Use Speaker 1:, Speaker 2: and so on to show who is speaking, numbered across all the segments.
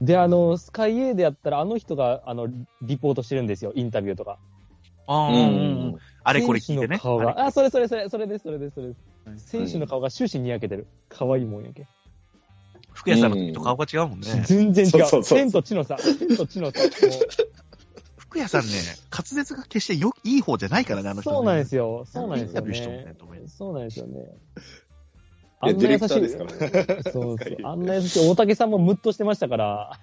Speaker 1: で、あの、スカイエーでやったら、あの人が、あの、リポートしてるんですよ、インタビューとか。
Speaker 2: あ
Speaker 3: う
Speaker 2: ー、
Speaker 3: ん。
Speaker 2: あれこれ聞い
Speaker 1: 選手の
Speaker 2: てね。
Speaker 1: 顔
Speaker 2: あれ
Speaker 1: が、あ、それそれそれ、それです、それです、それです。
Speaker 3: うん
Speaker 1: 選手の顔が終始にやけてる。可愛いもんやけ。
Speaker 2: 福谷さんの時と顔が違うもんね。
Speaker 1: 全然違
Speaker 3: そうそう
Speaker 1: う。
Speaker 3: そう
Speaker 1: 天と地の差。天と地の差。も
Speaker 2: 福谷さんね、滑舌が決してよいい方じゃないからね、あの
Speaker 1: う
Speaker 2: 人、。
Speaker 1: そうなんですすよ。そうなん
Speaker 2: イ
Speaker 1: で
Speaker 2: ン
Speaker 1: す
Speaker 2: タ
Speaker 1: よ
Speaker 2: ビューしても
Speaker 1: ね
Speaker 2: ね。、と思います
Speaker 1: そうなんですよね。
Speaker 3: いや、ディレクター
Speaker 1: 優
Speaker 3: で
Speaker 1: し
Speaker 3: す
Speaker 1: い
Speaker 3: か。ら。
Speaker 1: そうそ
Speaker 3: スカ
Speaker 1: う
Speaker 3: イエ。ー
Speaker 1: あんな優しい。大竹さんもムッとしてましたから。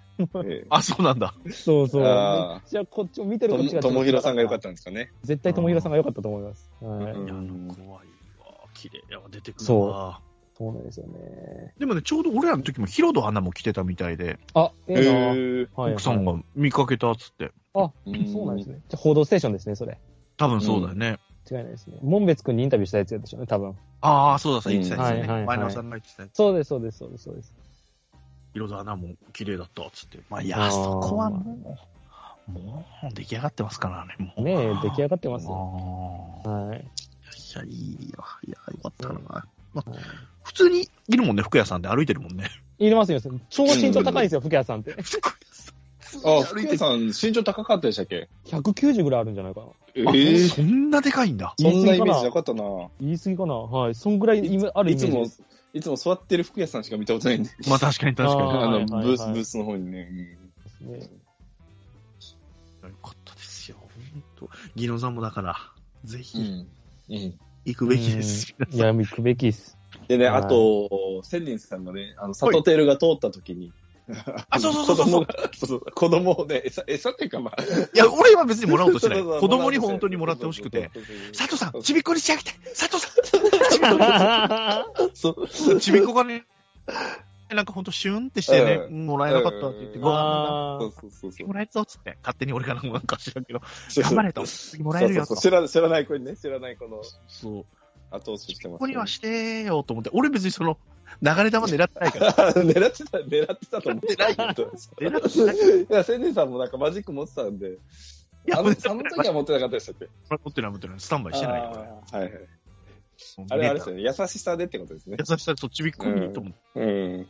Speaker 3: え
Speaker 2: あ、そうなんだ。
Speaker 1: そうそう。めっ
Speaker 3: あー
Speaker 1: ちゃこっちを見て
Speaker 3: え
Speaker 1: るこっち
Speaker 3: と
Speaker 1: が。
Speaker 3: 友広さんが良かったんですかね。
Speaker 1: 絶対友広さんが良かったと思います。はい。
Speaker 3: うん
Speaker 2: いや、あの怖いわ。綺麗やわ、出てくる
Speaker 1: そ
Speaker 2: わ。
Speaker 1: そうなんですよね。
Speaker 2: でもね、ちょうど俺らの時もヒロドアナも来てたみたいで、
Speaker 1: あ、ええな。
Speaker 3: ー
Speaker 1: はい
Speaker 2: 奥さんが見かけたっつって。
Speaker 1: あ、そうなんですね。じゃあ報道ステーションですね、それ。
Speaker 2: 多分そうだよね。
Speaker 1: 違いないですね。門別くんにインタビューしたやつでしょうね、多分。
Speaker 2: ああ、そうだ、そうだ言ってたやつ
Speaker 1: うんは
Speaker 2: ね。
Speaker 1: いはいはい
Speaker 2: 前野さんが言ってたやつ
Speaker 1: そうです、そうです、そうです、そうです。
Speaker 2: ヒロドアナも綺麗だったっつって。まあ、い
Speaker 1: あ
Speaker 2: や、
Speaker 1: ー
Speaker 2: そこはもう、もう出来上がってますからね、もう。
Speaker 1: ねえ、出来
Speaker 2: がっ
Speaker 1: 上がって
Speaker 2: て
Speaker 1: ますよ。はい。
Speaker 2: いや、いいよ。いや、よかった
Speaker 1: うん
Speaker 2: な。普通にいるもんね、服屋さんで歩いてるもんね。
Speaker 1: いりますよ。超身長高いんですよ、福谷さんって。
Speaker 3: あ、
Speaker 2: 歩
Speaker 3: 福
Speaker 2: いて
Speaker 3: 谷
Speaker 2: る。
Speaker 3: さん、身長高かったでしたっけ
Speaker 1: 190ぐらいあるんじゃないかな。
Speaker 3: え
Speaker 2: あ
Speaker 3: ー
Speaker 2: そんなでかいんだ。
Speaker 3: そんなイメージなかったな。
Speaker 1: 言い過ぎかな。はい。そんぐらい今あるイ
Speaker 3: い
Speaker 1: メ
Speaker 3: つ
Speaker 1: ージ
Speaker 3: も
Speaker 1: です。、
Speaker 3: いつも座ってる福谷さんしか見たことないんで。
Speaker 2: まあ、確かに確かに。
Speaker 1: あ
Speaker 2: よ
Speaker 1: ー
Speaker 3: あ
Speaker 1: はい
Speaker 3: の、
Speaker 1: はい
Speaker 3: ブース、
Speaker 1: はい
Speaker 3: ブースの方にね。うん
Speaker 1: ね。
Speaker 2: かったですよ。本当。技能さんもだから、ぜ
Speaker 3: う
Speaker 2: ひ
Speaker 3: ん。うん。
Speaker 2: 行くべきです。
Speaker 1: いや、行くべきっ す。
Speaker 3: でね、
Speaker 1: はい
Speaker 3: あと、千人さんがね、あの、サトテルが通った時に、
Speaker 2: あ、そうそうそうそう。
Speaker 3: 子供が、そうそう、子供をね、餌、餌っていうかまあ、
Speaker 2: いや、俺は別にもらおうとしてない。
Speaker 3: そうそうそ
Speaker 2: 子
Speaker 3: う
Speaker 2: 供に本当にもらってほしくて。。佐藤さん、ちびっこにしてあげて佐藤さ
Speaker 3: そう。
Speaker 2: ん、ちびっこがね、なんか本当シュンってしてね、
Speaker 3: う
Speaker 2: もらえなかったって言って、
Speaker 3: うん
Speaker 2: ご飯
Speaker 1: あ
Speaker 3: そう
Speaker 1: ー
Speaker 3: そうそうそ
Speaker 2: も
Speaker 3: う。
Speaker 2: らえるぞっつって、勝手に俺からもなんか知らんけど、頑張れと、次もらえるよと
Speaker 3: そう。そうそう知ら。知らない子にね、知らない子の
Speaker 2: そう。
Speaker 3: 後押ししてま
Speaker 2: こ
Speaker 3: す、
Speaker 2: こにはしてよと思って、俺別にその、流れ弾狙ってない から。
Speaker 3: 狙ってた、狙ってたと思ってない
Speaker 2: 狙ってない。
Speaker 3: いや、千年さんもなんかマジック持ってたんで、
Speaker 2: いや、
Speaker 3: あ
Speaker 2: 持
Speaker 3: の
Speaker 2: っ
Speaker 3: あ
Speaker 2: て
Speaker 3: の時は持ってなかったでしたっけ
Speaker 2: ない、持ってない。スタンバイしてないから。
Speaker 3: あーはいはい。あ
Speaker 2: そう
Speaker 3: れ、あれで
Speaker 2: 見
Speaker 3: す
Speaker 2: た
Speaker 3: よね。優しさでってことですね。
Speaker 2: 優しさでそっちびっこにと思って。
Speaker 3: うん。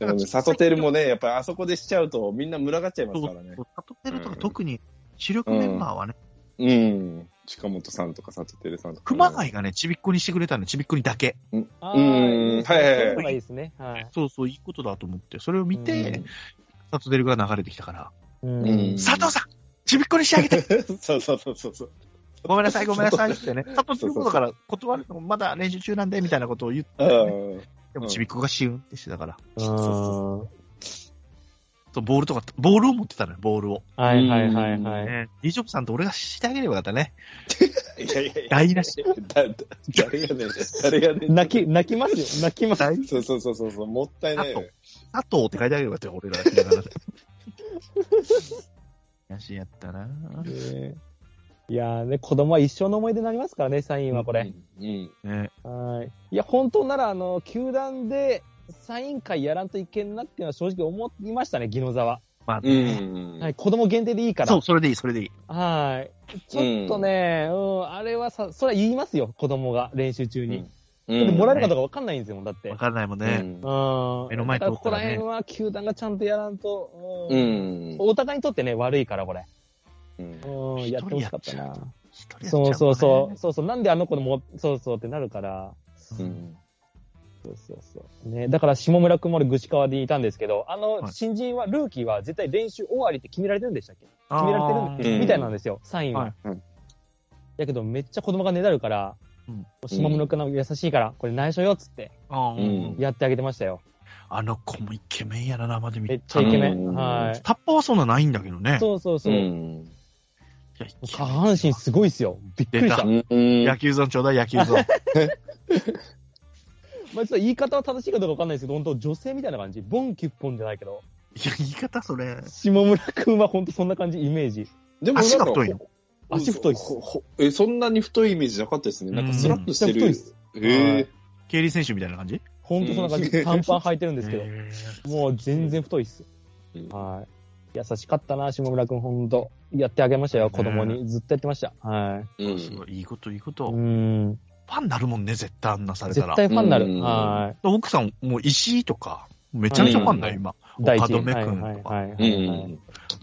Speaker 3: でもね、サトテルもね、やっぱりあそこでしちゃうとみんな群がっちゃいます
Speaker 2: そ
Speaker 3: からね
Speaker 2: う。、サトテルとか特に主力メンバーはね、
Speaker 3: うん。近本さんとかサトテルさんとか。
Speaker 2: 熊谷がね、ちびっこにしてくれたんで、ちびっこにだけ。
Speaker 1: あ
Speaker 3: うん
Speaker 1: ー
Speaker 3: はいはいはい
Speaker 1: そううのがいいですね。はい。
Speaker 2: そうそう、いいことだと思って、それを見
Speaker 1: う
Speaker 2: て、サトテルが流れてきたから、
Speaker 1: う
Speaker 3: うん
Speaker 2: 佐藤さんちびっこにしてあげ て
Speaker 3: そうそうそうそうそう。
Speaker 2: ごめんなさい、ごめんなさいって ね、佐藤テルことから断るのもまだ練習中なんで、みたいなことを言って、
Speaker 3: うん。
Speaker 2: でもちびっこがシュンってしてたから、
Speaker 1: うん。は
Speaker 2: そうボールとか、ボールを持ってたのよ、ボールを。
Speaker 1: いはいはいはい。
Speaker 2: ね、リージョブさんと俺がしてあげればよかったね。
Speaker 3: いやいやいや。
Speaker 2: 台無し。
Speaker 3: だだ誰がね、誰がね。
Speaker 1: 泣き、泣きますよ。 泣きます。
Speaker 3: そうそうそうそうそう、もったいないよ。
Speaker 2: 佐藤って書いてあげればよかったよ、俺ら。ひらがなで悔しいやったなぁ
Speaker 1: ねいやーね、子供は一生の思い出になりますからね、サインはこれ。
Speaker 3: うん。うん。
Speaker 2: ね
Speaker 1: はい。いや、本当なら、あの、球団でサイン会やらんといけんなっていうのは正直思いましたね、宜野座は。
Speaker 2: まあ
Speaker 3: う
Speaker 2: ね、
Speaker 3: ん。
Speaker 1: はい、子供限定でいいから。
Speaker 2: そう、それでいい、それでいい。
Speaker 1: はい。ちょっとね、うん、あれはさ、それは言いますよ、子供が、練習中に。
Speaker 3: うん
Speaker 1: でもらえるかどうかわかんないんですもん、だって。う
Speaker 2: わ
Speaker 1: ん。
Speaker 2: からないもんね。目の前
Speaker 1: だか
Speaker 2: 通
Speaker 1: ら
Speaker 2: っ
Speaker 1: ここ
Speaker 2: たら
Speaker 1: ら
Speaker 2: ね
Speaker 1: 辺は球団がちゃんとやらんと、
Speaker 3: う。ん。
Speaker 1: お互いにとってね、悪いから、これ。
Speaker 3: うん
Speaker 1: うん、やってほしかったな。
Speaker 2: 一人やっちゃも
Speaker 1: そ
Speaker 2: んね
Speaker 1: うそうそう。そうそう。なんであの子のも、そうそうってなるから。
Speaker 3: うん
Speaker 1: そうそうそう。ね。だから、下村くんも俺、ぐちかわでいたんですけど、あの
Speaker 2: は、い
Speaker 1: 新人は、ルーキーは絶対練習終わりって決められてるんでしたっけ
Speaker 2: あー
Speaker 1: 決められてるんで
Speaker 3: うん
Speaker 1: みたいなんですよ、サイン
Speaker 2: は。
Speaker 1: はいやけど、めっちゃ子供がねだるから
Speaker 2: うん、
Speaker 1: 下村くんの優しいから、これ内緒よ、っつって、
Speaker 2: あー
Speaker 3: うん
Speaker 1: やってあげてましたよ。
Speaker 2: あの子もイケメンやな、生で見
Speaker 1: めっ
Speaker 2: て
Speaker 1: ちゃイケメ
Speaker 3: う
Speaker 1: ン。
Speaker 3: ん
Speaker 1: は
Speaker 2: タッパーはそんなないんだけどね
Speaker 1: い。。そうそう
Speaker 3: う
Speaker 1: そう。
Speaker 3: ん。
Speaker 2: いやイケ
Speaker 1: 下
Speaker 2: メン
Speaker 1: 半身すごいっすよ。びっくりした
Speaker 2: 出。
Speaker 3: うん。
Speaker 2: 野球ゾーンちょうだい、野球ゾーン。
Speaker 1: まあ、ちょっと言い方は正しいかどうかわかんないですけど、本当女性みたいな感じ。ボンキュッポンじゃないけど。
Speaker 2: いや、言い方それ。
Speaker 1: 下村くんは本当そんな感じ、イメージ。
Speaker 3: で
Speaker 2: 足が太いの。
Speaker 1: 足太いっす
Speaker 3: ほほえ、そんなに太いイメージなかったですね。なんかスラッとし
Speaker 1: う
Speaker 3: て
Speaker 1: ん
Speaker 3: る。
Speaker 1: めっち
Speaker 3: へえ。
Speaker 2: 競輪選手みたいな感じ
Speaker 1: 本当そんな感じ。短パン履いてるんですけど。
Speaker 2: へ
Speaker 1: もう全然太いっす
Speaker 3: うん。
Speaker 1: はい。優しかったな、下村くん、ほんと。やってあげましたよ、子供に。ずっとやってました。はい。
Speaker 3: う
Speaker 2: ー
Speaker 3: ん
Speaker 2: すごい、いいこと、いいこ
Speaker 1: う
Speaker 2: と。フ
Speaker 1: ん。
Speaker 2: ァンになるもんね、絶対あんなされた
Speaker 1: 絶
Speaker 2: ら。
Speaker 1: 対ファンにな
Speaker 3: うん
Speaker 1: る。は
Speaker 2: 奥さん、もう石井とか、めちゃめちゃファンだよ、
Speaker 1: うん
Speaker 2: 今。岡留君とか、
Speaker 1: はいはいは
Speaker 3: うん
Speaker 1: い
Speaker 3: うん
Speaker 1: は
Speaker 3: う
Speaker 1: い
Speaker 3: ん。
Speaker 2: だ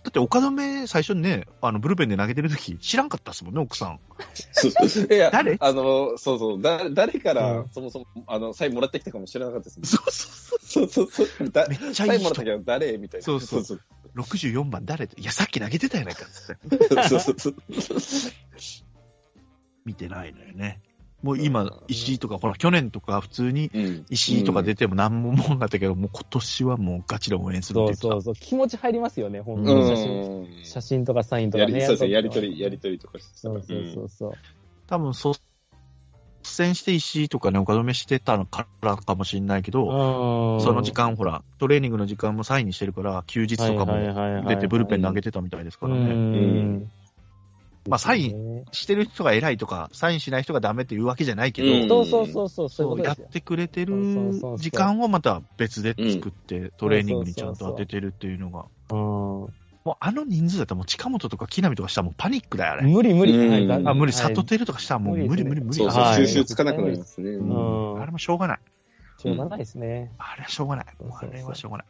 Speaker 2: って岡留最初にね、あのブルペンで投げてる時知らんかったですもんね、奥さん。
Speaker 3: そういや、
Speaker 2: 誰
Speaker 3: あの、そうそう、だ誰か
Speaker 1: う
Speaker 3: ら
Speaker 1: ん、
Speaker 3: そもそも、あの、サインもらってきたかもしれなかったですもん。
Speaker 2: そうそう
Speaker 3: そうそうそう。だ
Speaker 2: めっちゃ
Speaker 3: サ
Speaker 2: いい
Speaker 3: インもらった
Speaker 2: 人。
Speaker 3: けど誰みたいな。
Speaker 2: そうそう
Speaker 3: そう
Speaker 2: 64番誰いや、さっき投げてたやないかって。
Speaker 3: そうそうそう。
Speaker 2: 見てないのよね。もう今、石井とか、ほら、去年とか普通に
Speaker 3: うん
Speaker 2: 石井とか出ても何ももんだったけど、もう今年はもうガチで応援する
Speaker 1: そ
Speaker 2: って
Speaker 1: うそ
Speaker 2: 言っ
Speaker 1: う
Speaker 2: て
Speaker 1: そう。気持ち入りますよね、本
Speaker 3: う
Speaker 1: 当
Speaker 3: ん
Speaker 1: に写真。写真とかサインと
Speaker 3: や
Speaker 1: か
Speaker 3: り
Speaker 1: ね。
Speaker 3: そうそう、やりとり、やり
Speaker 1: と
Speaker 3: とりとかしてた
Speaker 1: そ
Speaker 3: か
Speaker 1: う
Speaker 3: ら
Speaker 1: そうそうそう。
Speaker 2: た。多分、率先して石井とかね、岡留してたのからかもしれないけど、そ
Speaker 1: そ
Speaker 2: の時間、ほら、トレーニングの時間もサインにしてるから、休日とかも出てブルペン投げてたみたいですから
Speaker 1: う
Speaker 2: ね。
Speaker 1: ん。
Speaker 2: まあ、サイン
Speaker 1: ン。
Speaker 2: してる人が偉いとか、サインしない人がダメっていうわけじゃないけど、
Speaker 3: うん
Speaker 1: そうそうそうそう、そういうこ
Speaker 2: そう
Speaker 1: とで
Speaker 2: やっ
Speaker 1: すよ。
Speaker 2: てくれてる
Speaker 1: そうそうそうそう
Speaker 2: 時間をまた別で作って、トレーニングにちゃんと当ててるっていうのが、
Speaker 1: うん
Speaker 2: もうあの人数だったら、もう近本とか木浪とかしたらもうパニックだよ、あれ。
Speaker 1: 無理無理。
Speaker 3: うん
Speaker 1: はいだ
Speaker 2: あ無理、
Speaker 1: はい
Speaker 2: 里照とかしたらもう無
Speaker 1: 無
Speaker 2: 理
Speaker 1: 理
Speaker 2: 無理無理。
Speaker 3: そうそう、
Speaker 1: はい
Speaker 3: 収集つかなくなりますね。
Speaker 1: う
Speaker 3: うん
Speaker 1: ん
Speaker 2: あれもしょうがない。
Speaker 1: しょうがないですね。
Speaker 2: あれはしょうがない。
Speaker 1: そうそう
Speaker 2: あ
Speaker 1: そう
Speaker 2: れはしょうがない。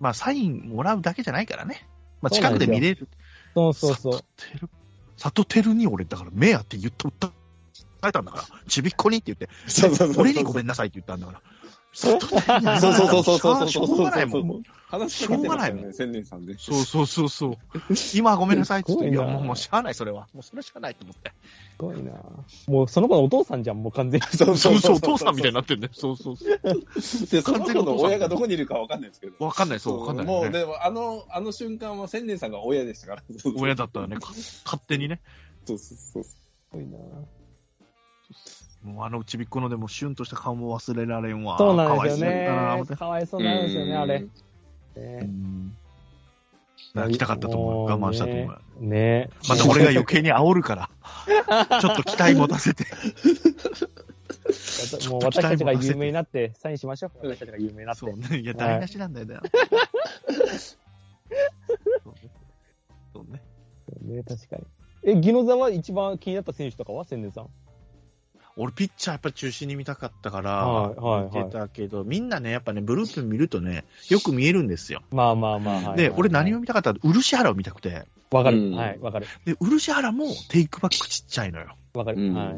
Speaker 2: まあ、サインもらうだけじゃないからね。まあ、
Speaker 1: そう
Speaker 2: 近
Speaker 1: なん
Speaker 2: く
Speaker 1: です
Speaker 2: で
Speaker 1: よ
Speaker 2: 見れる。
Speaker 1: そうそうそう。
Speaker 2: 里照里照に俺、だから、目あって言った、訴えたんだから、ちびっこにって言って、
Speaker 3: そうそうそう。
Speaker 2: 俺にごめんなさいって言ったんだから。里照に謝る
Speaker 3: そうそうそうそうそうそう。
Speaker 2: しょうがないもん。
Speaker 3: ん。話しかけてましたよね、千年さんで。
Speaker 2: そうそうそうそう。今ごめんなさいって言って、い
Speaker 1: すご
Speaker 2: や、
Speaker 1: いな
Speaker 2: もう、もうしゃあない、それは。もう、それしかないと思って。
Speaker 1: すごいな。もうその子のお父さんじゃん、もう完全に。
Speaker 3: そう
Speaker 2: そうそう、お父さんみたいになってるね。そうそうそう。
Speaker 3: で、その子の親がどこにいるかわかんないですけど。
Speaker 2: わかんない、そう、わかんない、ね。
Speaker 3: もう、でも、あの、あの瞬間は千年さんが親でしたから。
Speaker 2: 親だったらね、か勝手にね。
Speaker 3: そうそうそ。
Speaker 1: すごいな
Speaker 2: もうあのちびっこのでもシュンとした顔も忘れられん わ。
Speaker 1: そうなんですよ
Speaker 2: かわいそうだ
Speaker 1: ね。かわいそううな
Speaker 2: な思って
Speaker 1: んですよね、あれ
Speaker 3: う。
Speaker 2: う
Speaker 1: ね
Speaker 2: ん泣きたかったと思う。我慢したと思う。
Speaker 1: もうね。ね
Speaker 2: また俺が余計に煽る から、ちょっと期待持たせて。
Speaker 1: もう私たちが有名になって、サインしましょう。私たちが有名になって
Speaker 2: そ。うね。いや、
Speaker 1: はい
Speaker 2: 台無しなんだよね。 そうねそうね。
Speaker 1: ね、確かに。え、ギノザは一番気になった選手とかは千年さん。
Speaker 2: 俺、ピッチャーやっぱり中心に見たかったから、
Speaker 1: はい、はい、
Speaker 2: 出
Speaker 1: は
Speaker 2: たけど、みんなね、やっぱね、ブループ見るとね、よく見えるんですよ。
Speaker 1: い。まあまあまあはい。
Speaker 2: で、
Speaker 1: はい
Speaker 2: 俺何を見たかったら、漆原を見たくて、
Speaker 1: わか
Speaker 3: うん
Speaker 1: る。はい、わかる。
Speaker 2: で、漆原もテイクバックちっちゃいのよ。
Speaker 1: わかる。
Speaker 3: ん
Speaker 1: はい。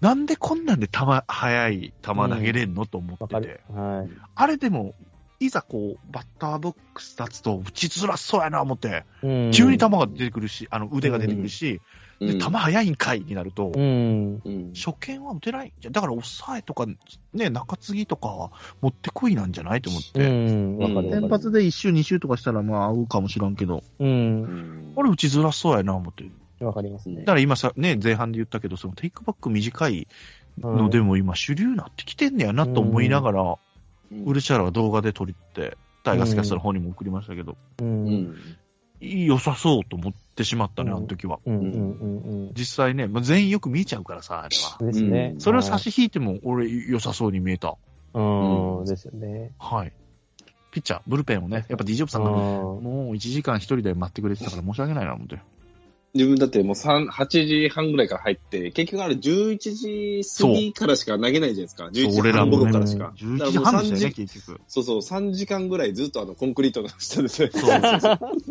Speaker 2: なんでこんなんで球、速い球投げれんの、と思
Speaker 1: わ
Speaker 2: っ
Speaker 1: か
Speaker 2: て
Speaker 1: る
Speaker 2: て。。
Speaker 1: はい。
Speaker 2: あれでも、いざこう、バッターボックス立つと、打ちづらそうやな思って、
Speaker 1: うん
Speaker 2: 急に球が出てくるし、あの腕が出てくるし、
Speaker 3: うん
Speaker 2: で球速いんかいになると、
Speaker 1: うん。
Speaker 3: うん
Speaker 2: 初見は打てない。だから抑えとか、ね、中継ぎとかは持ってこいなんじゃないと思っ
Speaker 1: う
Speaker 2: て。
Speaker 1: ん。わかる。
Speaker 2: 先
Speaker 1: わかる
Speaker 2: 発で1周、2周とかしたら、まあ、合うかもしらんけど、
Speaker 1: うん。
Speaker 2: あれ打ちづらそうやな思って。
Speaker 1: わかりますね
Speaker 2: だ。から今さ、ね、前半で言ったけど、そのテイクバック短いのでも今主流になってきてんねやなと思いながら、
Speaker 3: うん
Speaker 2: ウルシャラは動画で撮りって、タイガースキャストの方にも送りましたけど、
Speaker 1: う。
Speaker 3: うん
Speaker 1: うん。
Speaker 3: ん。
Speaker 2: 良さそうと思ってしまったね、
Speaker 1: うん
Speaker 2: あの時は。
Speaker 1: うん。うん。
Speaker 2: 実際ね、まあ、全員よく見えちゃうからさ、あれは。
Speaker 1: うん。ですね
Speaker 3: う。ん
Speaker 2: それを差し引いても、俺、良さそうに見えた。
Speaker 1: うん。ですよね。
Speaker 2: はい。ピッチャー、ブルペンをね、やっぱディジョブさんが、
Speaker 1: うん
Speaker 2: もう1時間1人で待ってくれてたから申し訳ないな、思って。
Speaker 3: 自分だってもう三8時半ぐらいから入って、結局あれ11時過ぎからしか投げないじゃないですか。11時
Speaker 2: 俺ら
Speaker 3: 半
Speaker 2: も
Speaker 3: 頃
Speaker 2: ね、
Speaker 3: からしか。
Speaker 2: 11時半でしたよね、
Speaker 3: だからもう三時
Speaker 2: 結局。
Speaker 3: そうそう、3時間ぐらいずっとあの、コンクリートの下でね。
Speaker 2: そ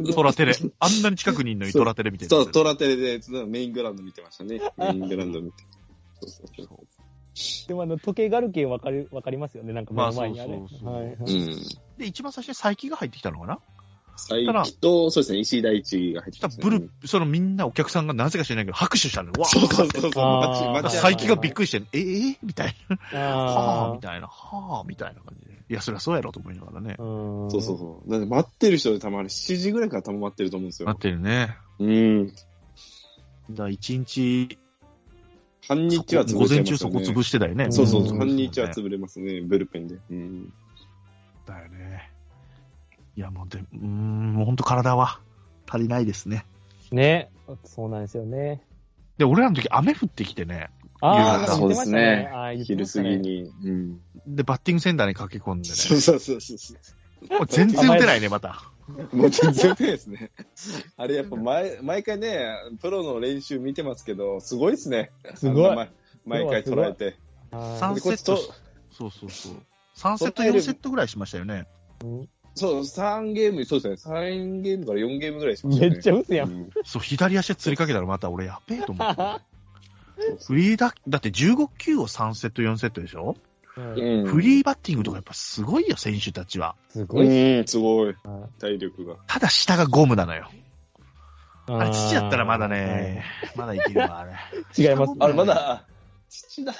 Speaker 2: う。トラテレ。あんなに近くにいんのにトラテレみたいな。
Speaker 3: そう、トラテレでずっとメイングラウンド見てましたね。メイングラウンド見て。そうそうそう。
Speaker 1: でもあの、時計がある系わかる、わかりますよね。なんか目の前にあれ。
Speaker 2: まあそうそうそう
Speaker 1: はい。は
Speaker 3: う
Speaker 1: い
Speaker 3: ん。
Speaker 2: で、一番最初に佐伯が入ってきたのかな
Speaker 3: 最近と、そうですね、石井大地が入って
Speaker 2: そ
Speaker 3: ま
Speaker 2: し
Speaker 3: したた
Speaker 2: らブ
Speaker 3: ね
Speaker 2: ル、そのみんなお客さんがなぜか知らないけど拍手したのよ。わ
Speaker 3: そう
Speaker 2: ー
Speaker 3: そうそうそう、
Speaker 1: あー
Speaker 3: 街、
Speaker 2: だから
Speaker 3: 街
Speaker 2: 佐伯がびっくりして、ええみたいな。はあ
Speaker 1: あ
Speaker 2: みたいな。はあみたいな感じで。いや、そりゃそうやろと思いながらね
Speaker 1: あ。。うん。
Speaker 3: そうそうそう。なんで待ってる人でたまに7時ぐらいからたま待ってると思うんです
Speaker 2: な
Speaker 3: よ
Speaker 2: っ。てるね。
Speaker 3: うん。
Speaker 2: だから一日、
Speaker 3: 半日は
Speaker 2: そ
Speaker 3: 潰
Speaker 2: こ午
Speaker 3: れ
Speaker 2: 前
Speaker 3: て
Speaker 2: 中
Speaker 3: ます
Speaker 2: そ
Speaker 3: よ
Speaker 2: こ
Speaker 3: ね。
Speaker 2: 潰してたよね。
Speaker 3: そうそう
Speaker 1: う
Speaker 3: そ
Speaker 1: ん
Speaker 3: う、半日は
Speaker 2: 潰
Speaker 3: 潰れますね、ブルペンで。うん。
Speaker 2: だよね。いや、もうで、うーん、もう本当体は足りないですね。
Speaker 1: ね。そうなんですよね。
Speaker 2: で、俺らの時雨降ってきてね。
Speaker 1: あ
Speaker 2: 夕
Speaker 1: あ、言
Speaker 2: 方
Speaker 1: ってましたね。ああ言ってま
Speaker 3: 昼
Speaker 1: した
Speaker 3: 過
Speaker 1: ね
Speaker 3: ぎに。うん。
Speaker 2: で、バッティングセンターに駆け込んで
Speaker 3: そう
Speaker 2: ね。
Speaker 3: そうそうそう。
Speaker 2: もう全然打てないね、また。
Speaker 3: もう全然ないですね。 あれやっぱ毎、毎回ね、プロの練習見てますけど、すごいですね。
Speaker 1: すごい
Speaker 3: あんな毎毎回捉えて。
Speaker 1: はい
Speaker 2: 三
Speaker 3: で
Speaker 2: セ
Speaker 3: こっ
Speaker 2: ッ
Speaker 3: ち
Speaker 2: ト
Speaker 3: と
Speaker 2: そうそうそう。3セット、
Speaker 3: そのタイル
Speaker 2: 4セットぐらいしましたよね。
Speaker 3: そう、3ゲーム、そうですね。3ゲームから4ゲームぐらいしました
Speaker 1: め
Speaker 3: ね。
Speaker 1: っちゃ打つや。
Speaker 3: うんん
Speaker 2: そう、左足で釣りかけたらまた俺やべえと思って。フリーだ、だって15球を3セット4セットでしょ、
Speaker 3: うん
Speaker 2: フリーバッティングとかやっぱすごいよ、選手たちは。
Speaker 1: すごい。
Speaker 3: うん、すごい。体力が。
Speaker 2: ただ下がゴムなのよ。あ
Speaker 1: あ
Speaker 2: れ土だったらまだね、まだいけるわ、あれ。
Speaker 1: ー。違います。
Speaker 3: あれ、まだ、父だ。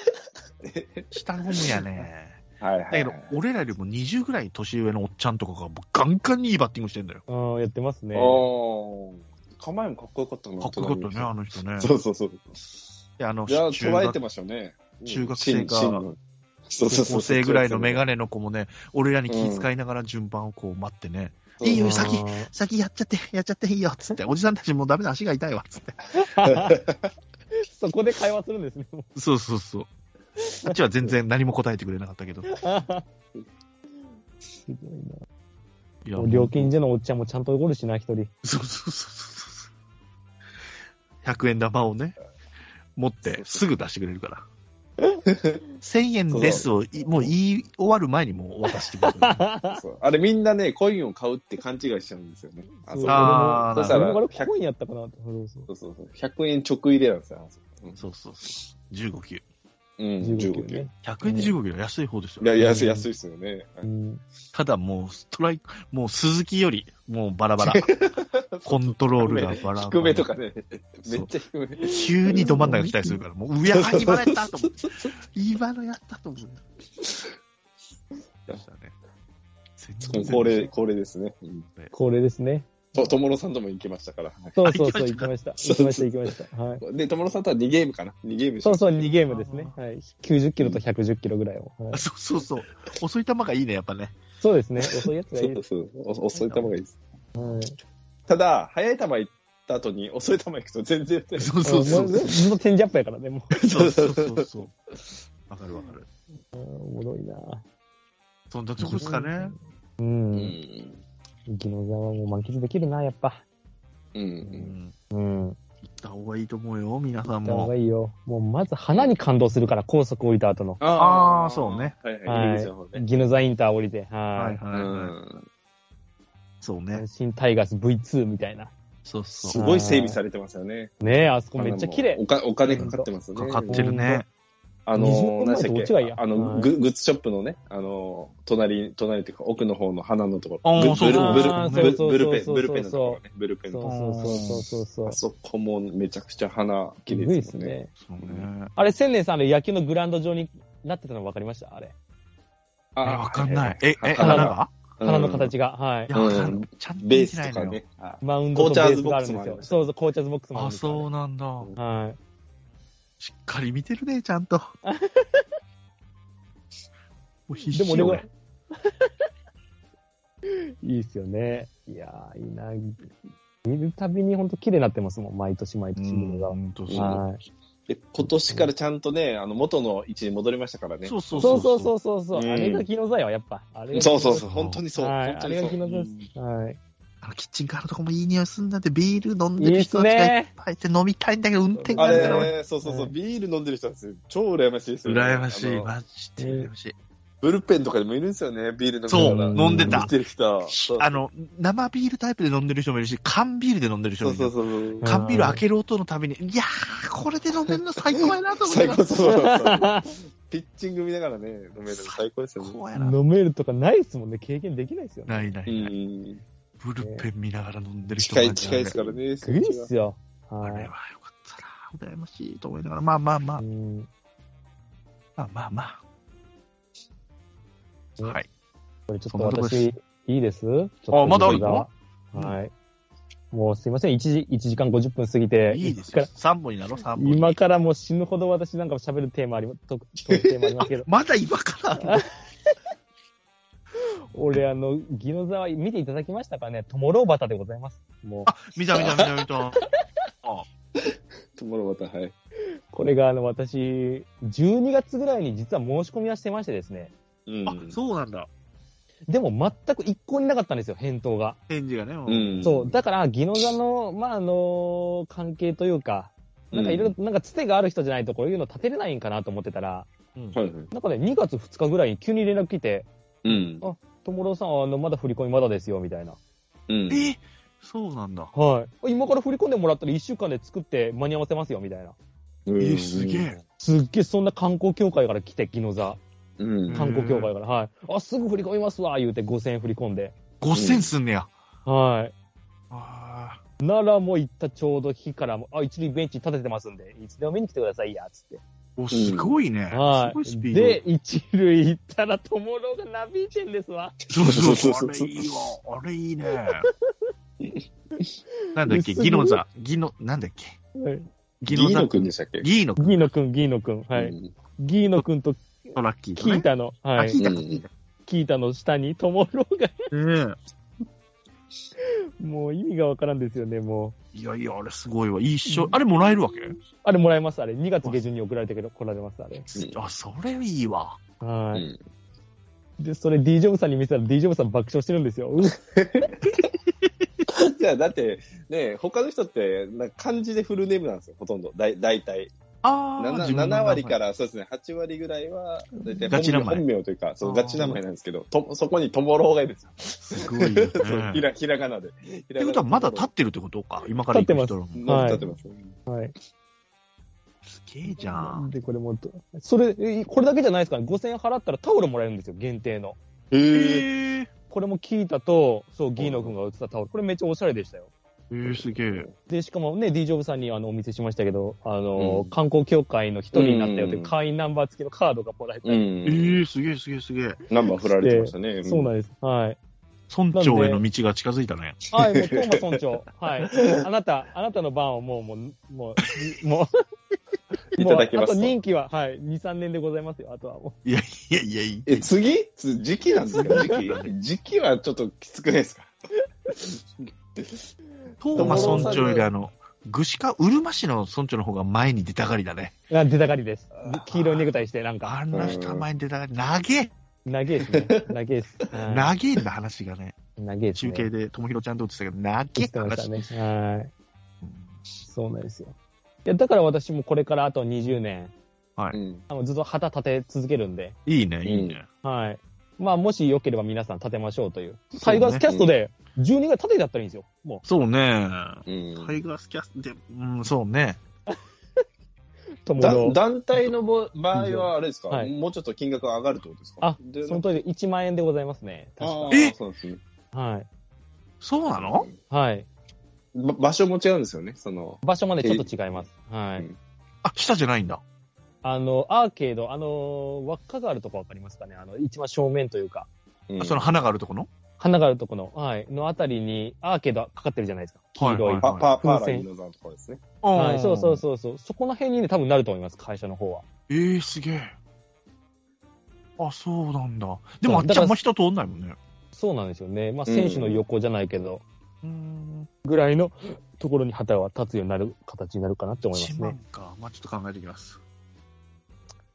Speaker 2: 下ゴムやね。
Speaker 3: はいはい。
Speaker 2: だけど、俺らよりも20ぐらい年上のおっちゃんとかがもうガンガンにいいバッティングしてんだよ。
Speaker 1: うん、やってますね。
Speaker 3: ああ。構えもかっこよかったな。
Speaker 2: かっこよかったね、あの人ね。
Speaker 3: そうそうそう。
Speaker 2: であの、
Speaker 3: いや、
Speaker 2: 中
Speaker 3: 捉えて
Speaker 2: 学
Speaker 3: ましたね。
Speaker 2: 中学生か
Speaker 3: うん進路そうそうそう。
Speaker 2: 高生ぐらいのメ
Speaker 3: 目が
Speaker 2: ガネの子もね、俺らに気遣いながら順番をこう待ってね、いいよ
Speaker 1: うん
Speaker 2: 先先やっちゃって、やっちゃっていいよ、つって、おじさんたちもうダメだ、足が痛いわ、つって。
Speaker 1: そこで会話するんですね。もう
Speaker 2: そうそうそう。あっちは全然何も答えてくれなかったけど。い
Speaker 1: すごい
Speaker 2: や
Speaker 1: な。 料金所のおっちゃんもちゃんとゴールしない、一人。
Speaker 2: そうそうそうそう。100円玉をね、持ってすぐ出してくれるから。1000円ですをい、もう言い終わる前にもう渡してくれ る。
Speaker 3: そうあれみんなね、コインを買うって勘違いしちゃうんですよね。あそう
Speaker 2: あー
Speaker 3: そ
Speaker 1: そ
Speaker 3: し
Speaker 1: したた
Speaker 3: ら
Speaker 1: ら、俺も
Speaker 3: 100
Speaker 1: コインやったかなって。そうそう
Speaker 3: そうそうそう。100円直入れなんですよ。うん
Speaker 2: そうそうそう。15球。
Speaker 3: うん、
Speaker 1: 15
Speaker 3: 15
Speaker 1: 球
Speaker 3: 球
Speaker 1: ね。。
Speaker 2: 100円で15球は安い方ですよ。
Speaker 3: いや、安い、安いっすよね。
Speaker 1: うん。
Speaker 2: ただもうストライク、もう鈴木より、もうバラバ ラ。コントロールがバラバラ。
Speaker 3: 低めとかね、め
Speaker 2: そう
Speaker 3: っちゃ低め。
Speaker 2: 急にど真ん中来たりするから、もう、うや、あ今のやったと思って。今のやったと思う。でしたね。全
Speaker 3: これ、これですね。うん
Speaker 1: これですね。
Speaker 3: と、ともろさんとも行けましたから。
Speaker 1: そうそうそう、
Speaker 2: あ
Speaker 1: 行
Speaker 2: 行
Speaker 1: き
Speaker 2: き
Speaker 1: ました。行きました、行きました。はい。
Speaker 3: で、ともろさんとは2ゲームかな ?2 ゲームし
Speaker 1: そ
Speaker 3: ま
Speaker 1: う
Speaker 3: した
Speaker 1: そう、2ゲームですね。はい。90キロと110キロぐらいを。はい
Speaker 2: そうそうそう。遅い球がいいね、やっぱね。
Speaker 1: そうですね。遅いやつがいいです。
Speaker 3: そうそう。お遅い球がいいです。
Speaker 1: はい。
Speaker 3: ただ、速い球行った後に遅い球行くと全然打てない。
Speaker 2: そうそうそ
Speaker 1: もう
Speaker 2: う。
Speaker 1: ずっとチェンジアップやからね、も
Speaker 2: そうそうそうそう。わかるわかる。
Speaker 1: う。うんおもろいな
Speaker 2: そんなとこですかね。
Speaker 1: う。
Speaker 3: うんん。
Speaker 1: ギノザはもう満喫できるな、やっぱ。
Speaker 3: う。
Speaker 2: うんん。
Speaker 1: うん。
Speaker 2: 行った方がいいと思うよ、皆さん
Speaker 1: た方
Speaker 2: も
Speaker 1: が。いいよ。もうまず花に感動するから、高速降りた後の。
Speaker 2: あーそうね。
Speaker 3: はいはい。入り口の方
Speaker 1: はい。
Speaker 3: ね。
Speaker 1: ギノザインター降りて。
Speaker 2: は
Speaker 1: はいい。
Speaker 3: う
Speaker 2: はいはい。
Speaker 3: ん。
Speaker 2: そうね。
Speaker 1: 阪神タイガース V2 みたいな。
Speaker 2: そう
Speaker 3: す
Speaker 2: そ
Speaker 3: ごい整備されてますよね。
Speaker 1: ねえ、あそこめっちゃ綺麗
Speaker 3: お。かお金かかってます
Speaker 2: う。
Speaker 3: ね。
Speaker 2: かかってるね。
Speaker 3: あ
Speaker 1: 20
Speaker 3: の
Speaker 1: 分前
Speaker 3: ー、何でした
Speaker 1: とどっちがいい
Speaker 3: っけ
Speaker 1: や
Speaker 3: あ
Speaker 1: は
Speaker 3: の、
Speaker 1: い
Speaker 3: ググッズショップのね、あのー、隣、隣っていうか、奥の方の花のとこ
Speaker 2: あ
Speaker 3: ろ。
Speaker 2: ー
Speaker 3: ブ
Speaker 2: そう
Speaker 3: ル
Speaker 2: そう
Speaker 3: ブル
Speaker 2: あー
Speaker 3: ブル
Speaker 1: そう
Speaker 3: ブル
Speaker 1: そう
Speaker 3: ペン、
Speaker 1: そう
Speaker 3: ブルペンのところね。
Speaker 1: そう
Speaker 3: ブルペンのとこ
Speaker 1: そうそうそうそう
Speaker 3: あ
Speaker 1: そう。
Speaker 3: そこもめちゃくちゃ花、綺麗
Speaker 1: ごい
Speaker 3: で
Speaker 1: ですす
Speaker 3: よね。
Speaker 1: ね。
Speaker 2: そうね。
Speaker 1: あれ、千年さん、あれ野球のグラウンド上になってたの分かりましたあれ。
Speaker 2: え、
Speaker 3: あー
Speaker 2: わかんない。え、え、
Speaker 3: 花
Speaker 2: 花
Speaker 3: が
Speaker 2: が
Speaker 1: 花の形が。はい
Speaker 2: い。や、
Speaker 3: うん
Speaker 2: わかんちゃんと
Speaker 3: ベー
Speaker 2: 見て
Speaker 3: ス
Speaker 2: ない
Speaker 3: と
Speaker 2: の
Speaker 3: か
Speaker 2: よ。
Speaker 3: ね。あ
Speaker 1: マウンドとベースがあるん
Speaker 3: 紅茶
Speaker 1: ですよ。そ
Speaker 3: ズボックスもありました
Speaker 1: うそう、紅茶ズボックスもある
Speaker 2: あ、
Speaker 1: んですよ。
Speaker 2: そうなんだ。
Speaker 1: はい。
Speaker 2: しっかり見てるね、ちゃ んと。もう必
Speaker 1: でも
Speaker 2: 死
Speaker 1: 俺
Speaker 2: よ
Speaker 1: は
Speaker 2: ね。、
Speaker 1: いいっすよね。いやー、いいな。見るたびに本当綺麗になってますもん、毎年毎
Speaker 2: う
Speaker 1: 年見る
Speaker 2: ん
Speaker 1: のが。
Speaker 2: 本当そう
Speaker 1: はい。
Speaker 3: で今年からちゃんとね、あの、元の位置に戻りましたからね。
Speaker 2: そうそう
Speaker 1: そう
Speaker 2: そ
Speaker 1: そうう
Speaker 2: そ。
Speaker 1: そううそうそう、
Speaker 3: うん
Speaker 1: あれが気の座よ、やっぱ。あれが
Speaker 3: そうそう
Speaker 2: そ
Speaker 3: そうう。本当にそう。
Speaker 1: はい
Speaker 3: 本当にそ
Speaker 1: あ
Speaker 3: う
Speaker 1: れが気のせいですはい。
Speaker 2: あのキッチンカーのとこもいい匂いするんだって、ビール飲ん
Speaker 1: い
Speaker 2: で
Speaker 1: い
Speaker 2: る
Speaker 1: っ
Speaker 2: 人
Speaker 1: す
Speaker 2: たちがいっ
Speaker 1: ね。
Speaker 2: ぱいいて飲みたいんだけど、運転
Speaker 3: あ
Speaker 2: があるから俺。
Speaker 3: れ、そうそうそうう。
Speaker 1: ん
Speaker 3: ビール飲んでる人たち、超羨ましいですよね。
Speaker 2: 羨まし
Speaker 3: あ
Speaker 2: い、
Speaker 3: の
Speaker 2: マジで羨ましい。
Speaker 3: ブルペンとかでもいるんですよね、ビール飲んで
Speaker 2: そう飲んでた
Speaker 3: 見てる人。そう
Speaker 2: あの、生ビールタイプで飲んでる人もいるし、缶ビールで飲んでる人
Speaker 3: そ
Speaker 2: もいる
Speaker 3: うそう。そうそう。
Speaker 2: 缶ビール開ける音のたびに、いやー、これで飲めるの最高やなと思って
Speaker 3: 最
Speaker 2: た。
Speaker 3: 高そうそうそう。ピッチング見ながらね、飲めるの最高ですよね。
Speaker 2: 高やな。
Speaker 1: 飲めるとかないっすもんね、経験できないっすよね。
Speaker 2: ないな
Speaker 3: う
Speaker 2: いない。
Speaker 3: ん。
Speaker 2: ブルペン見ながら飲んでる人
Speaker 3: 近
Speaker 2: マ
Speaker 3: い、
Speaker 2: ジ
Speaker 3: 近いですからね。
Speaker 1: すごいっすよ。
Speaker 2: あ
Speaker 1: は
Speaker 2: れはいよ。かったな。羨ましいと思いながら、まあまあまあ
Speaker 1: う、ん
Speaker 2: まあまあまあ。
Speaker 1: ね
Speaker 2: はい。
Speaker 1: これちょ
Speaker 2: そ
Speaker 1: っ
Speaker 2: んなと
Speaker 1: と
Speaker 2: こ
Speaker 1: 私、いいです
Speaker 2: あまだあるの
Speaker 1: はい。もうすいません、1時、1時間50分過ぎて。
Speaker 2: いいですよ。
Speaker 1: 今か
Speaker 2: 3本になろう、3
Speaker 1: ら
Speaker 2: 本に。。
Speaker 1: 今からもう死ぬほど私なんか喋るテーマあります、トークトークテーマありますけど
Speaker 2: まだ今から。
Speaker 1: 俺、あの、ギノザは見ていただきましたかねトモローバタでございます。もう、
Speaker 2: あ、 見た見た見た見た。
Speaker 3: ともろまた、はい。
Speaker 1: これがあの、私、12月ぐらいに実は申し込みはしてましてですね。
Speaker 3: うん
Speaker 2: あ、そうなんだ。
Speaker 1: でも全く一向になかったんですよ、返答が。
Speaker 2: 返事がね。
Speaker 3: う。ん。
Speaker 1: そう、だから、ギノザの、まあ、あの関係というか、なんかいろいろ、なんかつてがある人じゃないとこういうの立てれないんかなと思ってたら、
Speaker 2: うん
Speaker 3: はいは
Speaker 1: な
Speaker 3: い。
Speaker 1: んかね、2月2日ぐらいに急に連絡来て、
Speaker 3: うん。
Speaker 1: あ、友郎さんはあの、まだ振り込みまだですよ、みたいな。
Speaker 3: うん。
Speaker 2: えそうなんだ。
Speaker 1: はい。今から振り込んでもらったら1週間で作って間に合わせますよ、みたいな。
Speaker 3: うん
Speaker 2: えすげえ。
Speaker 1: すっげえそんな観光協会から来て、ギノザ。
Speaker 3: うん。
Speaker 1: 観光協会から。はい。あ、すぐ振り込みますわ、言うて5000円振り込んで。
Speaker 2: 5000すんねや。
Speaker 1: は
Speaker 2: あ
Speaker 1: い。ならもう行ったちょうど日からも、あ、一塁ベンチ立ててますんで、いつでも見に来てくださいや、つって。
Speaker 2: ーお、すごいね。
Speaker 1: は
Speaker 2: すごいス
Speaker 1: い。
Speaker 2: ピード。
Speaker 1: で、一塁行ったら、友郎がなびいてんですわ。
Speaker 2: そうそうそう。
Speaker 3: そうそうそ
Speaker 2: あ
Speaker 3: う
Speaker 2: れいいわ。あれいいね。なんだっけ、ギノザ、ギノ、なんだっけ。
Speaker 1: はい
Speaker 2: ギ
Speaker 3: ギ
Speaker 2: ノ
Speaker 3: ー
Speaker 2: ザ
Speaker 3: ノ、君でしたっけ
Speaker 2: ギーノ、
Speaker 1: ギーノくん、ギーノくん。はい。
Speaker 3: い。
Speaker 1: ギーノくんと
Speaker 2: とラッキー
Speaker 1: キ
Speaker 2: と
Speaker 1: ー
Speaker 2: ね。
Speaker 1: タの、
Speaker 2: あ、
Speaker 1: はい
Speaker 2: 聞。いたか聞いた。
Speaker 1: キータの下に、友郎が、
Speaker 2: ね
Speaker 1: もう意味がわからんですよね、も
Speaker 2: えいやいや、あれすごいわ。一緒。あれもらえるわけ
Speaker 1: う。あれもらえます、あれ。2月下旬に送られてけど、来られます、あれ。
Speaker 2: あ、それいいわ。
Speaker 1: は
Speaker 3: う
Speaker 1: い。
Speaker 3: ん
Speaker 1: で、それ D ジョブさんに見せたら D ジョブさん爆笑してるんですよ。う
Speaker 3: いや、だって、ね、他の人って、なんか漢字でフルネームなんですよ、ほとんど。だい大体。
Speaker 2: ああ、
Speaker 3: 7, 7割から、そうですね、8割ぐらいは、大体
Speaker 2: ガチ名
Speaker 3: 本
Speaker 2: 前
Speaker 3: 名本名というか、そ
Speaker 2: あ
Speaker 3: う
Speaker 2: ー
Speaker 3: ガチ名前なんですけど、とそこにともろうがいいですよ。
Speaker 2: すごいよね。
Speaker 3: そうひらひらがなで。ひ
Speaker 2: っ
Speaker 3: ら
Speaker 2: て
Speaker 3: がな
Speaker 2: ことはまだ立ってるってことか。今から行く人らも。
Speaker 3: 乗っ立ってます。
Speaker 1: はい。
Speaker 2: すげえじゃん。
Speaker 1: で、これもっと、それ、えこれだけじゃないですかね。5000円払ったらタオルもらえるんですよ、限定の。
Speaker 2: え
Speaker 3: へえ。
Speaker 2: ー、え
Speaker 1: これもキータと、そう、ギーノ君が売ってたタオル。これめっちゃおしゃれでしたよ。
Speaker 2: ー、すげえ。
Speaker 1: で、しかもね、D ジョブさんにあのお見せしましたけど、あの、
Speaker 3: うん
Speaker 1: 観光協会の一人になったよって
Speaker 3: うん
Speaker 1: 会員ナンバー付きのカードがもらえた
Speaker 3: う
Speaker 1: り、
Speaker 2: え
Speaker 3: ん。
Speaker 2: ー、すげえすげえすげえ。
Speaker 3: ナンバー振られてましたね。
Speaker 1: そうなんです。はい。
Speaker 2: 村長への道が近づいたね。
Speaker 1: はい、もう、トーマ村長。はい。あなた、あなたの番はもう、もう、もう、もう、
Speaker 3: い
Speaker 1: もう
Speaker 3: た
Speaker 1: あ
Speaker 3: だきます
Speaker 1: と任期は、はい、2、3年でございますよ、あとはも
Speaker 2: いやいやいやい
Speaker 3: え、次つ時期なんですか時期時期はちょっときつくないですか
Speaker 2: や、トーマ村長よりあの、具志かうるま市の村長の方が前に出たがりだね。
Speaker 1: う。あ出たがりです。黄色いネクタイして、なんか、
Speaker 2: あんな人は前に出たがり。長え
Speaker 1: 長いですね。長いです。は
Speaker 2: 長えんだ話がね。
Speaker 1: い長いです
Speaker 2: 中
Speaker 1: ね。
Speaker 2: 継でともひろちゃんと言ってたけど、長
Speaker 1: 言
Speaker 2: え
Speaker 1: ってました
Speaker 2: 話。
Speaker 1: ね。はい。
Speaker 2: うん
Speaker 1: そうなんですよ。いや、だから私もこれからあと20年、
Speaker 3: うん。
Speaker 1: あのずっと旗立て続けるんで、
Speaker 2: いいね、いいね。
Speaker 1: はい。まあ、もしよければ皆さん立てましょうという。
Speaker 2: ね
Speaker 1: タイガースキャストで12月立てだったらいいんですよ。もう。
Speaker 2: そうね。
Speaker 3: うん
Speaker 2: タイガースキャスで、うん、そうね。
Speaker 1: 友
Speaker 3: だ
Speaker 1: 達。
Speaker 3: 団体のぼ場合は、あれですか、
Speaker 1: はい
Speaker 3: もうちょっと金額上がるってことですか
Speaker 1: あ
Speaker 3: で
Speaker 1: その通りで1万円でございますね。確
Speaker 3: あ
Speaker 1: か。
Speaker 3: ー
Speaker 2: え
Speaker 3: そうですね。
Speaker 1: はい。
Speaker 2: そうなの
Speaker 1: はい。
Speaker 3: ば場所も違うんですよね、その。
Speaker 1: 場所までちょっと違います。は
Speaker 3: う
Speaker 1: い
Speaker 3: ん。
Speaker 2: あ、下じゃないんだ。
Speaker 1: あの、アーケード、あの、輪っかがあるとこわかりますかねあの、一番正面というか、
Speaker 3: うん
Speaker 2: あその花があるとこの
Speaker 1: 花があるとこの、はい、のあたりにアーケードかかってるじゃないですか。黄色い。
Speaker 2: はい
Speaker 1: は
Speaker 3: パパパー
Speaker 1: 風
Speaker 3: ラ
Speaker 1: 船
Speaker 3: イノザのところですね。
Speaker 1: い、
Speaker 2: あ
Speaker 1: そうそうそうそう。そこの辺にね、多分なると思います、会社の方は。
Speaker 2: えー、すげえ。あ、そうなんだ。で
Speaker 1: そ
Speaker 2: も
Speaker 1: う
Speaker 2: あっち
Speaker 1: だ
Speaker 2: あ
Speaker 1: か
Speaker 2: んま
Speaker 1: ら
Speaker 2: 人通んないもんね。
Speaker 1: そうなんですよね。まあ、
Speaker 3: うん
Speaker 1: 選手の横じゃないけど、
Speaker 2: うーん。
Speaker 1: ぐらいのところに旗は立つようになる形になるかなって思いま
Speaker 2: 1
Speaker 1: す
Speaker 2: 万
Speaker 1: ね。
Speaker 2: か。まあちょっと考えてきます。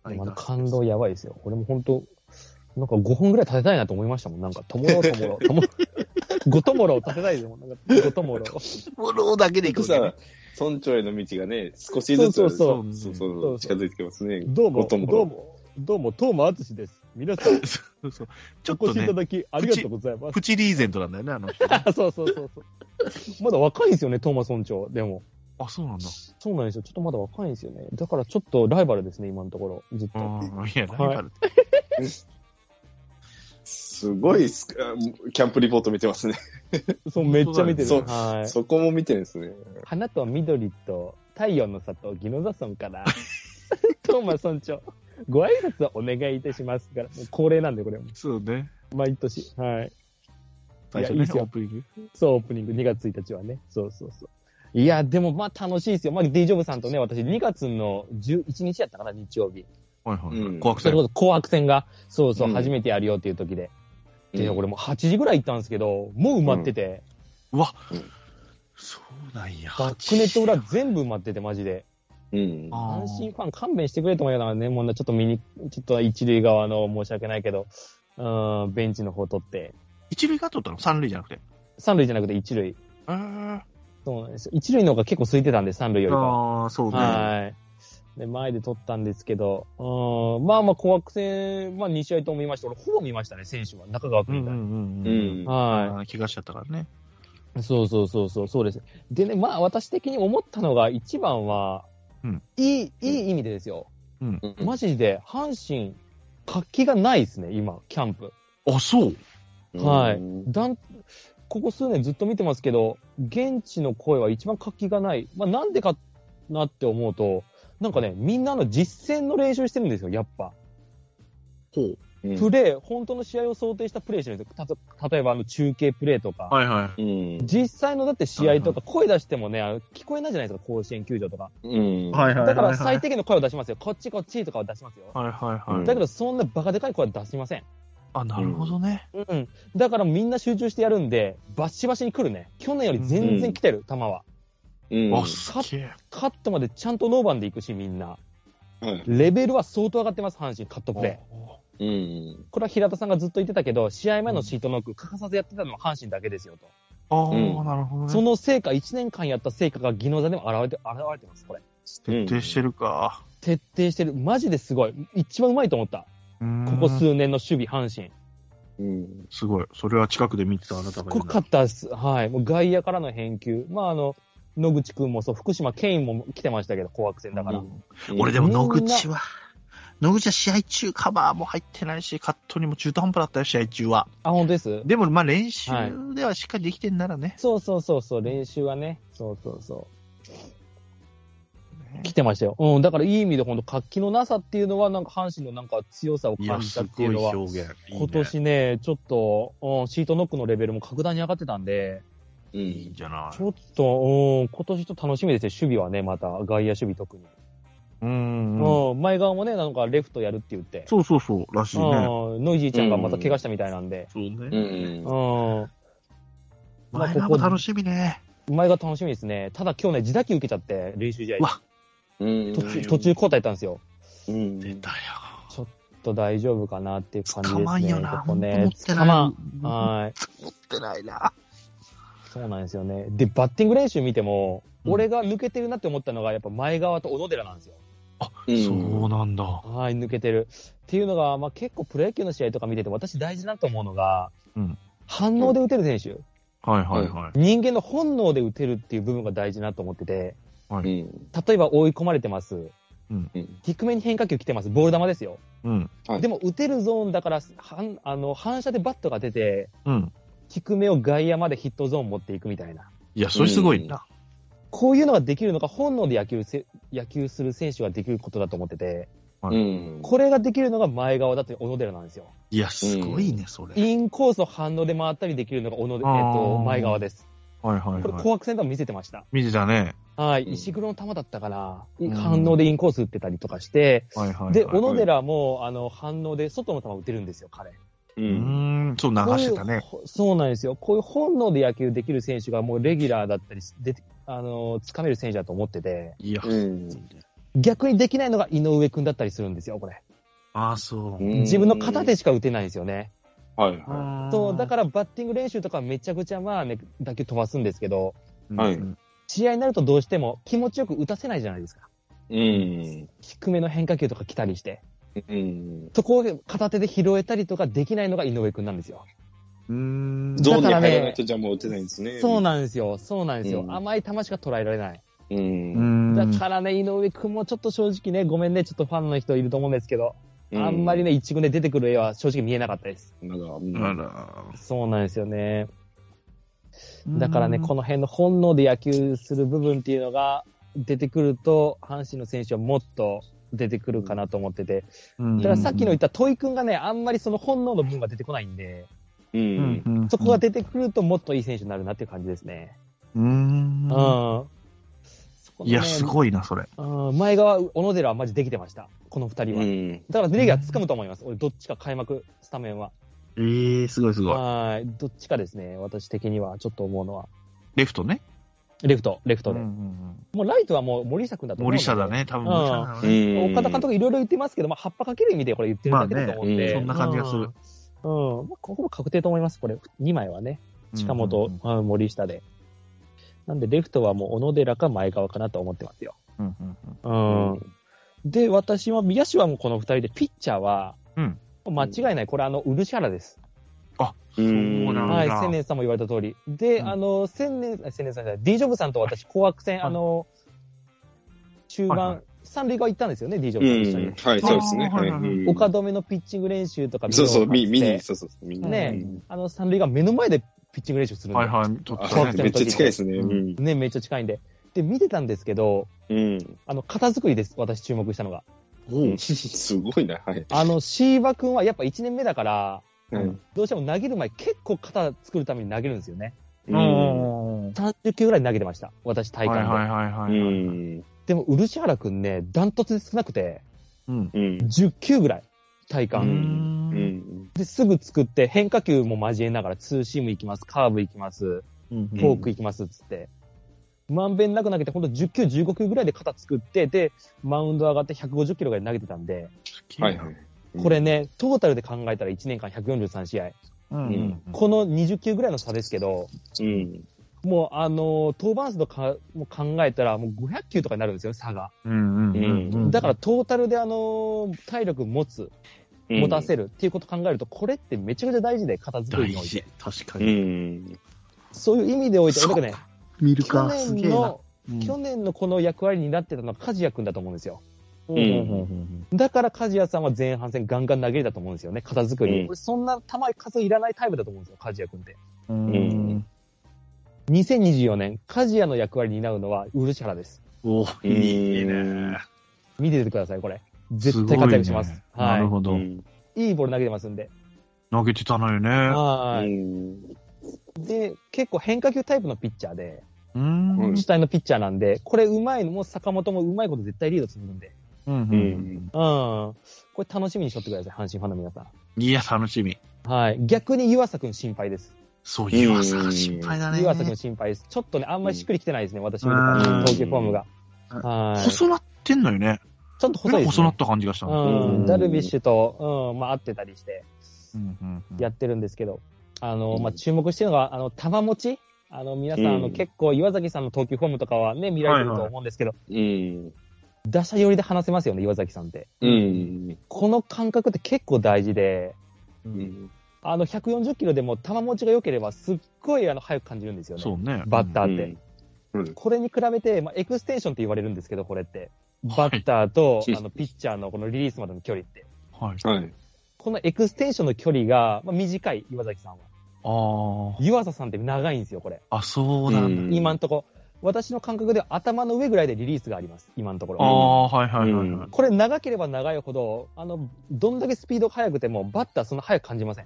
Speaker 1: でもあの感動やばいですよ。これも本当なんか5本ぐらい立てたいなと思いましたもん。なんか、ともろうともろ う、ともろう、ごともろう立てたいですもん。なんか、ごと もろう。
Speaker 2: ブルーだけで行
Speaker 3: 僕
Speaker 2: くわけね
Speaker 3: さ、村長への道がね、少しずつ、
Speaker 1: そうそう
Speaker 2: そう
Speaker 3: そう
Speaker 1: そうそう
Speaker 3: 近づいてきますね。
Speaker 1: どう
Speaker 3: ご
Speaker 1: も、
Speaker 3: と
Speaker 1: どう
Speaker 3: もろ
Speaker 1: も、どうも、トーマアツシです。皆 さん、
Speaker 2: そうそうちょっ
Speaker 1: お
Speaker 2: と
Speaker 1: 越しいた
Speaker 2: ね、
Speaker 1: だきありがとうございます。
Speaker 2: プチリーゼントなんだよね、 あの人。
Speaker 1: あそうそうそうそう。まだ若いんですよね、トーマ村長。でも。
Speaker 2: あ、そうなんだ。
Speaker 1: そうなんですよ。ちょっとまだ若いんですよね。だからちょっとライバルですね、今のところ。ずっと。
Speaker 2: うん、いや、
Speaker 1: は
Speaker 2: ラ
Speaker 1: い
Speaker 2: イバルって。
Speaker 3: すごいスカキャンプリポート見てますね。
Speaker 1: そう、めっちゃ見てる。
Speaker 3: そう
Speaker 1: はい。
Speaker 3: そこも見てるんですね。
Speaker 1: 花と緑と太陽の里、ギノザ村 から、トーマ村長、ご挨拶をお願いいたしますから、もう恒例なんで、これも。
Speaker 2: そうね。
Speaker 1: 毎年。はい。
Speaker 2: 最初
Speaker 1: いやいいっ、
Speaker 2: ね
Speaker 1: す
Speaker 2: オ
Speaker 1: よ
Speaker 2: ープニング。
Speaker 1: そう、オープニング、2月1日はね。そうそうそう。いや、でもまあ楽しいですよ。まあ、D ジョブさんとね、私、2月の11日やったかな、日曜日。
Speaker 2: はいはいは
Speaker 3: う
Speaker 2: い。
Speaker 3: ん
Speaker 2: 怖く
Speaker 1: そ
Speaker 2: て
Speaker 1: れ。こそ紅白戦が、そうそう、
Speaker 3: うん
Speaker 1: 初めてやるよっていう時で。で、
Speaker 3: うん
Speaker 1: 俺もう8時ぐらい行ったんですけど、もう埋まってて、
Speaker 2: うわ
Speaker 3: うん、
Speaker 2: そうなんや。
Speaker 1: バックネット裏全部埋まってて、マジで。
Speaker 3: うん。
Speaker 2: あ
Speaker 1: 阪神
Speaker 2: ー
Speaker 1: ファン勘弁してくれと思いながらね、もうねちょっと見に、ちょっと一塁側の申し訳ないけど、うーん、ベンチの方取って、
Speaker 2: 一塁が取ったの三塁じゃなくて。
Speaker 1: 三塁じゃなくて一塁。
Speaker 2: えー
Speaker 1: そうなんですよ。一塁の方が結構空いてたんで、三塁よりかは。
Speaker 2: ああ、そうね。
Speaker 1: はい。で、前で取ったんですけど、うん、まあまあ、紅白戦、まあ2試合とも見ました。俺、ほぼ見ましたね、選手は。中川
Speaker 2: う
Speaker 1: 君
Speaker 2: ん
Speaker 1: み
Speaker 2: う
Speaker 1: たいな。
Speaker 2: んうん。
Speaker 3: う
Speaker 2: うん
Speaker 3: ん。
Speaker 1: は
Speaker 2: あー怪我しちゃったからね。
Speaker 1: い。そうそうそうそう、そうです。でね、まあ、私的に思ったのが、一番は、
Speaker 2: うん
Speaker 1: いい、いい意味でですよ。
Speaker 3: うん
Speaker 1: マジで、阪神、活気がないですね、今、キャンプ。
Speaker 2: あ、そう。
Speaker 1: はいだんここ数年ずっと見てますけど、現地の声は一番活気がない。まあ、なんでかなって思うと、なんかね、みんなの実践の練習してるんですよ、やっぱ。
Speaker 2: ほう。
Speaker 3: うん
Speaker 1: プレー、本当の試合を想定したプレーしてるんですよ。たと例えば、あの、中継プレーとか。
Speaker 2: はいはい。
Speaker 3: うん。
Speaker 1: 実際のだって試合とか、声出してもね、あの聞こえないじゃないですか、甲子園球場とか。
Speaker 3: うん。
Speaker 2: はいはいはいはい。
Speaker 1: だから最低限の声を出しますよ。こっちこっちとかを出しますよ。
Speaker 2: はいはいはい。
Speaker 1: だけど、そんなバカでかい声は出しません。
Speaker 2: あ、なるほどね。
Speaker 1: うん。だからみんな集中してやるんで、バシバシに来るね。去年より全然来てる、球は。
Speaker 3: うん。
Speaker 2: あ、すげえ。
Speaker 1: カットまでちゃんとノーバンで行くし、みんな。
Speaker 3: はい
Speaker 1: レベルは相当上がってます、阪神、カットプレー。
Speaker 3: うん。
Speaker 1: これは平田さんがずっと言ってたけど、試合前のシートノック、欠かさずやってたのは阪神だけですよと。
Speaker 2: ああ
Speaker 3: う
Speaker 2: ー、
Speaker 3: ん
Speaker 2: なるほどね。
Speaker 1: その成果、1年間やった成果が技能座でも現れて、現れてます、これ。
Speaker 2: 徹底してるか。
Speaker 1: 徹底してる。マジですごい。一番うまいと思った。
Speaker 2: こ
Speaker 1: ここ数年の守備、阪神。
Speaker 3: うん。
Speaker 2: すごい。それは近くで見てたあなた
Speaker 1: す
Speaker 2: が言
Speaker 1: ご
Speaker 2: うな
Speaker 1: かったです。はい。もう外野からの返球。まあ、あの、野口くんもそう、福島ケインも来てましたけど、紅白戦だから。
Speaker 2: うん俺でも野
Speaker 1: みんな
Speaker 2: 口は、野口は試合中カバーも入ってないし、カットにも中途半端だったよ、試合中は。
Speaker 1: あ、本当です
Speaker 2: でもまあ練習
Speaker 1: はい
Speaker 2: ではしっかりできてんならね。
Speaker 1: そうそうそうそう、練習はね。そうそうそう。
Speaker 2: ね
Speaker 1: 来てましたよ。うん、だからいい意味で本当活気のなさっていうのは、なんか阪神のなんか強さを感
Speaker 2: いや、
Speaker 1: じた
Speaker 2: す
Speaker 1: って
Speaker 2: ご
Speaker 1: いう
Speaker 2: い
Speaker 1: のは、
Speaker 2: 表現。いいね
Speaker 1: 今。年ね、ちょっと、うん、シートノックのレベルも格段に上がってたんで、
Speaker 3: う
Speaker 2: いいん
Speaker 3: ん。
Speaker 2: じゃな
Speaker 1: ち
Speaker 2: い
Speaker 1: ょっと、うん、今年ちょっと楽しみですね、守備はね、また、外野守備特に。
Speaker 2: うんうん。
Speaker 1: うん、前側もね、なんかレフトやるって言って、
Speaker 2: そうそうそう、らしいね。
Speaker 1: うん、ノイジーちゃんがまた怪我したみたいなんで、
Speaker 2: そう
Speaker 3: う
Speaker 2: ね。
Speaker 3: ん。
Speaker 1: うん、まあ
Speaker 2: 前田も楽しみね。
Speaker 1: 前が楽しみですね。ただ今日ね、自打球受けちゃって、練習試合
Speaker 2: うわ
Speaker 3: うん。
Speaker 1: 途中、途中交代やったんですよ。
Speaker 3: うん。
Speaker 2: 出たよ。
Speaker 1: ちょっと大丈夫かなっていう感じです
Speaker 2: 捕
Speaker 1: ね。
Speaker 2: まんよな。
Speaker 1: ここ
Speaker 2: 持
Speaker 1: ね
Speaker 2: っ、て
Speaker 1: 捕ま。
Speaker 2: なんい。
Speaker 1: はい。
Speaker 2: 持ってないな。
Speaker 1: そうなんですよね。で、バッティング練習見ても、
Speaker 2: うん
Speaker 1: 俺が抜けてるなって思ったのが、やっぱ前側と小野寺なんですよ。
Speaker 3: うん
Speaker 2: そうなんだ。
Speaker 1: はい、抜けてる。っていうのが、まあ、結構プロ野球の試合とか見てて、私大事だと思うのが、
Speaker 2: うん
Speaker 1: 反応で打てる選手、
Speaker 2: はいはいはい。
Speaker 1: 人間の本能で打てるっていう部分が大事なと思ってて、
Speaker 3: うん。
Speaker 1: 例えば追い込まれてます。
Speaker 3: うん。
Speaker 1: 低めに変化球来てます。ボール球ですよ。
Speaker 2: うん。
Speaker 3: はい
Speaker 1: でも打てるゾーンだから、反あの反射でバットが出て、
Speaker 2: うん。
Speaker 1: 低めを外野までヒットゾーン持っていくみたいな。
Speaker 2: いや、それすごいな。
Speaker 1: こういうのができるのが本能で野球せ野球する選手ができることだと思ってて、
Speaker 3: うん。
Speaker 1: これができるのが前側だって小野寺なんですよ。
Speaker 2: いや、すごいね、それ。はい
Speaker 1: インコースの反応で回ったりできるのが小野、えっ
Speaker 2: あー
Speaker 1: と、前側です。
Speaker 2: はい
Speaker 1: これ、
Speaker 2: はい。
Speaker 1: 紅白戦でも見せてました。
Speaker 2: 見てたね。
Speaker 1: はい。
Speaker 3: うん
Speaker 1: 石黒の球だったかな。
Speaker 3: うん
Speaker 1: 反応でインコース打ってたりとかして、
Speaker 2: はいはいはい。
Speaker 1: で、
Speaker 2: う
Speaker 1: 小野寺も、あの、反応で外の球打てるんですよ、彼。
Speaker 3: う
Speaker 2: ー
Speaker 3: ん。
Speaker 2: ん、そう、流してたね。
Speaker 1: こういう。そうなんですよ。こういう本能で野球できる選手がもうレギュラーだったり、であの、掴める選手だと思ってて、
Speaker 2: いや、
Speaker 3: うん。
Speaker 1: 逆にできないのが井上くんだったりするんですよ、これ。
Speaker 2: ああ、そう。、
Speaker 1: 自分の肩でしか打てないんですよね。
Speaker 3: はいは
Speaker 1: そう、だかららバッティング練習とかめちゃくちゃまあね、打球飛ばすんですけど、
Speaker 3: はい
Speaker 2: うん
Speaker 1: 試合になるとどうしても気持ちよく打たせないじゃないですか。
Speaker 3: い。うん。
Speaker 1: 低めの変化球とか来たりして。
Speaker 3: うん。
Speaker 1: そこを片手で拾えたりとかできないのが井上くんなんですよ。
Speaker 2: うーん。
Speaker 3: ゾーンに
Speaker 1: だからね
Speaker 3: 入らないとじゃあもう打てないんですね。
Speaker 1: そうなんですよ。そうなんですよ。
Speaker 3: うん
Speaker 1: 甘い球しか捉えられない。
Speaker 3: う。
Speaker 2: うんん
Speaker 1: だからね、井上くんもちょっと正直ね、ごめんね、ちょっとファンの人いると思うんですけど、あんまりね、一軍で出てくる絵は正直見えなかったです。
Speaker 3: なんか、うん
Speaker 2: あら
Speaker 1: そうなんですよね。だからね、この辺の本能で野球する部分っていうのが出てくると、阪神の選手はもっと出てくるかなと思ってて。
Speaker 2: の
Speaker 1: だからさっきの言った問いくんがね、あんまりその本能の部分が出てこないんで、
Speaker 2: う
Speaker 3: う
Speaker 2: んん。うんうん
Speaker 1: そこが出てくるともっといい選手になるなっていう感じですね。
Speaker 2: うーん
Speaker 1: うん。。そこのね
Speaker 2: いや、すごいな、それ。
Speaker 1: うん前側、小野寺はマジできてました。この二人は。
Speaker 3: うん。
Speaker 1: だから、レギュラー掴むと思います。俺、どっちか開幕、スタメンは。
Speaker 2: ええ、すごいすごい。
Speaker 1: はい。どっちかですね、私的には、ちょっと思うのは。
Speaker 2: レフトね。
Speaker 1: レフト、レフト
Speaker 2: う
Speaker 1: で。
Speaker 2: んうん
Speaker 1: もうライトはもう森下君だ
Speaker 2: うん
Speaker 1: と思うの
Speaker 2: 森
Speaker 1: で。
Speaker 2: 下だね、多分森下だろう
Speaker 3: う
Speaker 2: ね。
Speaker 3: ん
Speaker 1: 岡田監督いろいろ言ってますけど、まあ、葉っぱかける意味でこれ言ってるだけだと思うんで。
Speaker 2: まあねうんそんな感じがする
Speaker 1: うん。うん。まあ、ここも確定と思います、これ。2枚はね。近本、あ森下で。なんで、レフトはもう小野寺か前川かなと思ってますよ。
Speaker 2: うんうんうん。
Speaker 1: うん。で、私は、野手はもうこの二人で、ピッチャーは、
Speaker 2: うん
Speaker 1: 間違いない、これ、あの、漆原です。
Speaker 3: そう
Speaker 2: うん
Speaker 1: はい、千年さんも言われた通り。で、
Speaker 2: うん
Speaker 1: あの、千年、あ千年さんじゃない、D ジョブさんと私、紅白戦、
Speaker 2: はい
Speaker 1: あの、中盤、
Speaker 2: はいはい
Speaker 1: 三塁側行ったんですよね、D ジョ
Speaker 3: う
Speaker 1: ブさんと一緒に
Speaker 3: ん。。はい、そうですね。
Speaker 2: あーはいはいはい
Speaker 3: うん
Speaker 1: 岡留のピッチング練習とか見
Speaker 3: そうそう、見、見
Speaker 1: に
Speaker 3: に、そうそう、見に。
Speaker 1: ねあの、三塁側目の前でピッチング練習するんで、
Speaker 2: はいはい、ちょっ
Speaker 3: あ
Speaker 2: と
Speaker 1: そう
Speaker 2: ね。
Speaker 3: めっちゃ近いですね。うん。
Speaker 1: ね、めっちゃ近いんで。で、見てたんですけど、
Speaker 3: うん。
Speaker 1: あの、型作りです、私注目したのが。
Speaker 3: うんすごいな、はい。
Speaker 1: あの、シーバ君はやっぱ1年目だから、
Speaker 3: うん
Speaker 1: どうしても投げる前結構肩作るために投げるんですよね。
Speaker 2: うんうんうん
Speaker 1: 30球ぐらい投げてました。私体
Speaker 2: は
Speaker 1: 感
Speaker 2: い
Speaker 1: で。
Speaker 2: はいはいは
Speaker 3: う
Speaker 2: い。
Speaker 3: ん。
Speaker 1: でも、漆原君ね、ダントツで少なくて、
Speaker 2: うん。
Speaker 3: うん。
Speaker 1: 10球ぐらい、体
Speaker 2: う。
Speaker 1: 感。
Speaker 3: うんん。
Speaker 1: で、すぐ作って、変化球も交えながら、ツーシーム行きます、カーブ行きます、
Speaker 2: うん
Speaker 1: フォーク行きますっつって。まんべんなく投げて、ほんと10球、15球ぐらいで肩作って、で、マウンド上がって150キロぐらい投げてたんで、
Speaker 3: はいはい。
Speaker 1: これね、トータルで考えたら1年間143試合。
Speaker 2: うんうんうん。
Speaker 1: この20球ぐらいの差ですけど、
Speaker 3: うん。
Speaker 1: もうあのー、登板数とかも考えたら、もう500球とかになるんですよ、差が。
Speaker 2: うんうんうんうん。
Speaker 1: だから、トータルであのー、体力持つ、
Speaker 3: うん
Speaker 1: 持たせるっていうことを考えると、これってめちゃくちゃ大事で、片付け
Speaker 2: 大
Speaker 1: において。
Speaker 2: 事。確か
Speaker 3: う
Speaker 2: に。
Speaker 3: ん。
Speaker 1: そういう意味でおいて、
Speaker 2: そう
Speaker 1: 僕ね、
Speaker 2: 見る
Speaker 1: 去
Speaker 2: か、すげ
Speaker 1: 年
Speaker 2: えな。
Speaker 1: の、去年のこの役割になってたのは梶谷君だと思うんですよ。
Speaker 2: うん
Speaker 1: だから梶谷さんは前半戦ガンガン投げれたと思うんですよね、片作り。
Speaker 3: うん
Speaker 1: 俺そんな球数いらないタイプだと思うんですよ、梶谷君って。
Speaker 2: うん
Speaker 3: う
Speaker 1: 2024年、梶谷の役割に担うのは漆原です。
Speaker 2: お
Speaker 3: う
Speaker 2: ー
Speaker 3: ん
Speaker 2: いいね。
Speaker 1: 見ててください、これ。絶対活躍します。
Speaker 2: ごいねなる
Speaker 1: は
Speaker 2: ほど。
Speaker 1: い。いいボール投げてますんで。
Speaker 2: 投げてたのよね。
Speaker 3: う
Speaker 1: はい。
Speaker 3: ん。
Speaker 1: で、結構変化球タイプのピッチャーで、
Speaker 2: うん。うん
Speaker 3: うん
Speaker 1: 主体のピッチャーなんで、これうまいのも坂本もうまいこと絶対リードするんで。
Speaker 2: うん
Speaker 1: うん。これ楽しみにしとってください、阪神ファンの皆さ
Speaker 2: うん。いや、楽しみ。
Speaker 1: ん。はい。逆に湯浅くん心配です。
Speaker 2: そう、岩佐が心配だね。
Speaker 1: 湯浅くん心配です。ちょっとね、あんまりしっくりきてないですね、私見て
Speaker 2: うん
Speaker 1: 投球フォームが。
Speaker 2: うん
Speaker 1: はい。ち
Speaker 2: 細なってんのよね。
Speaker 1: ょっと細いです、
Speaker 2: 細な
Speaker 1: ね
Speaker 2: っ。た感じがしたの。
Speaker 1: う。
Speaker 3: うんん
Speaker 1: ダルビッシュと、うん、まあ、合ってたりして、
Speaker 2: うんうんうん
Speaker 1: やってるんですけど、あの、
Speaker 3: うん
Speaker 1: まあ、注目してるのが、あの、玉持ちあの、皆さん、
Speaker 3: うん
Speaker 1: あの、結構、岩崎さんの投球フォームとかはね、見られてると思うんですけど、
Speaker 3: うん。
Speaker 1: 打者寄りで話せますよね、岩崎さんって。
Speaker 3: うん。
Speaker 1: この感覚って結構大事で、
Speaker 3: うん。
Speaker 1: あの、140キロでも球持ちが良ければ、すっごい、あの、早く感じるんですよね。
Speaker 2: そうね。
Speaker 1: バッターって。
Speaker 3: うん。
Speaker 1: これに比べて、まあ、エクステンションって言われるんですけど、これって。バッターと、
Speaker 3: はい
Speaker 1: あの、ピッチャーのこのリリースまでの距離って。
Speaker 2: ー。はい。
Speaker 3: はい。
Speaker 1: このエクステンションの距離が、まあ、短い、岩崎さんは。
Speaker 2: あ
Speaker 1: 湯浅さんって長いんですよ、これ。
Speaker 2: あ。あ、そうなんだ。
Speaker 3: うん
Speaker 1: 今んとこ。私の感覚では頭の上ぐらいでリリースがあります、今のとこ
Speaker 2: あ
Speaker 1: ろ。
Speaker 2: あ、はいはいはいはい。
Speaker 1: これ長ければ長いほど、あの、どんだけスピードが速くても、バッターそんな速く感じません。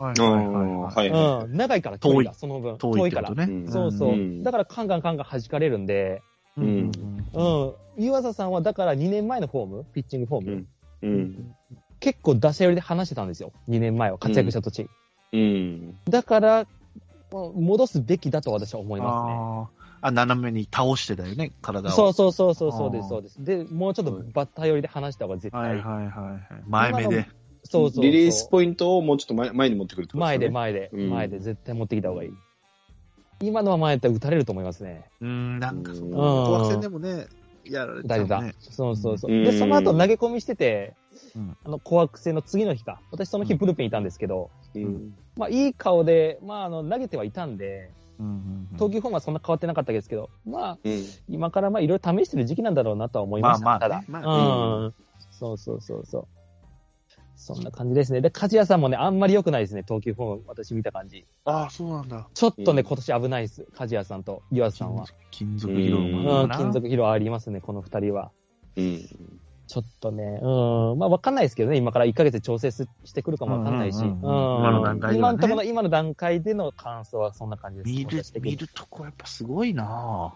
Speaker 2: はい
Speaker 3: あ
Speaker 2: はい
Speaker 3: あ、
Speaker 2: はいは。
Speaker 3: はいいは
Speaker 1: うん。長いから距離が、その分。
Speaker 2: 遠いっ
Speaker 1: か
Speaker 2: てこ
Speaker 1: ら
Speaker 2: と。ね。
Speaker 3: うん
Speaker 1: そうそう。
Speaker 3: うん
Speaker 1: だからカンカンカンカン弾かれるんで、
Speaker 2: うんうんう。
Speaker 1: うんん。湯浅さんはだから2年前のフォーム、ピッチングフォーム、
Speaker 3: うんい。うん。
Speaker 1: 結構打者寄りで話してたんですよ。2年前は活躍した土地。
Speaker 3: うん。
Speaker 1: だから、まあ戻すべきだと私は思いますね。
Speaker 2: ああ。あ、斜めに倒してだよね、体を。
Speaker 1: そうそうそうそうそうで
Speaker 2: あ
Speaker 1: す、
Speaker 2: ー
Speaker 1: そうです。で、もうちょっとバッター寄りで話した方が絶対。
Speaker 2: はいはいはいはい。前目で。
Speaker 1: そうそうそう。
Speaker 3: リリースポイントをもうちょっと前前に持ってくるってこと
Speaker 1: 前
Speaker 3: す
Speaker 1: で
Speaker 3: よね。
Speaker 1: 前で、
Speaker 3: うん
Speaker 1: 前で絶対持ってきた方がいい。今のは前だったら打たれると思いますね。
Speaker 2: うん、なんかそ
Speaker 3: うん
Speaker 2: の、紅白戦でもね、やられてた
Speaker 1: 打
Speaker 2: も
Speaker 1: れ
Speaker 2: ん
Speaker 1: た
Speaker 2: ね。。
Speaker 1: そうそうそう。
Speaker 3: うん
Speaker 1: で、その後投げ込みしてて
Speaker 2: うん、
Speaker 1: あの、紅白戦の次の日か。私その日
Speaker 2: うん
Speaker 1: ブルペンいたんですけど、
Speaker 3: うん。
Speaker 1: まあいい顔で、まああの、投げてはいたんで、
Speaker 2: うんうんうん
Speaker 1: 投球フォームはそんな変わってなかったですけど、まあ
Speaker 3: うん。
Speaker 1: 今からまあいろいろ試してる時期なんだろうなとは思いました。
Speaker 2: まあま
Speaker 1: た
Speaker 2: あ
Speaker 1: だ
Speaker 2: ね、まあ
Speaker 1: うん、そうそうそうそう。そんな感じですね。で、梶谷さんもね、あんまり良くないですね、投球フォーム、私見た感じ。
Speaker 2: ああ、そうなんだ。
Speaker 1: ちょっとね、
Speaker 3: うん
Speaker 1: 今年危ないです。梶谷さんと岩瀬さんは。
Speaker 2: 金属疲労
Speaker 1: う
Speaker 2: もある
Speaker 1: ん、
Speaker 2: な
Speaker 1: 金属疲労ありますね、この二人は。
Speaker 3: うん。
Speaker 1: ちょっとね、うん、まあわかんないですけどね、今から1ヶ月調整すしてくるかもわかんないし、
Speaker 2: う
Speaker 1: うんん。
Speaker 2: うんうん今の段階で
Speaker 1: 今
Speaker 2: はね
Speaker 1: のところ、今の段階での感想はそんな感じです。
Speaker 2: 見る
Speaker 1: 私、的に
Speaker 2: 見るとこやっぱすごいな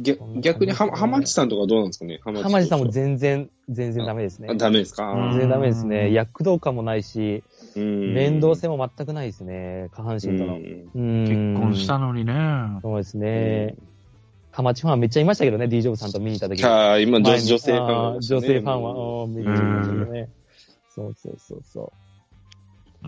Speaker 3: 逆逆には、浜地さんとかどうなんですかね
Speaker 1: 浜地さんも全然、全然ダメですね
Speaker 3: あ。ダメですか
Speaker 2: う
Speaker 1: 全
Speaker 2: ん
Speaker 1: 然ダメです
Speaker 2: う
Speaker 1: ね。
Speaker 2: ん
Speaker 1: 躍動感もないし、
Speaker 3: うん
Speaker 1: 連動性も全くないですね。下半
Speaker 3: う
Speaker 1: 身との。
Speaker 3: ん。
Speaker 1: うん
Speaker 2: 結婚したのにね。
Speaker 1: そうですね。ハマチファンめっちゃいましたけどね、D ジョブさんと見に行った時
Speaker 3: さあ、今、女
Speaker 1: 前に
Speaker 3: 女性ファン
Speaker 1: あ
Speaker 3: が
Speaker 1: ー
Speaker 3: 多いですね
Speaker 1: 女性ファンは、うんめっちゃいましたけどね。そうそうそうそう。
Speaker 2: う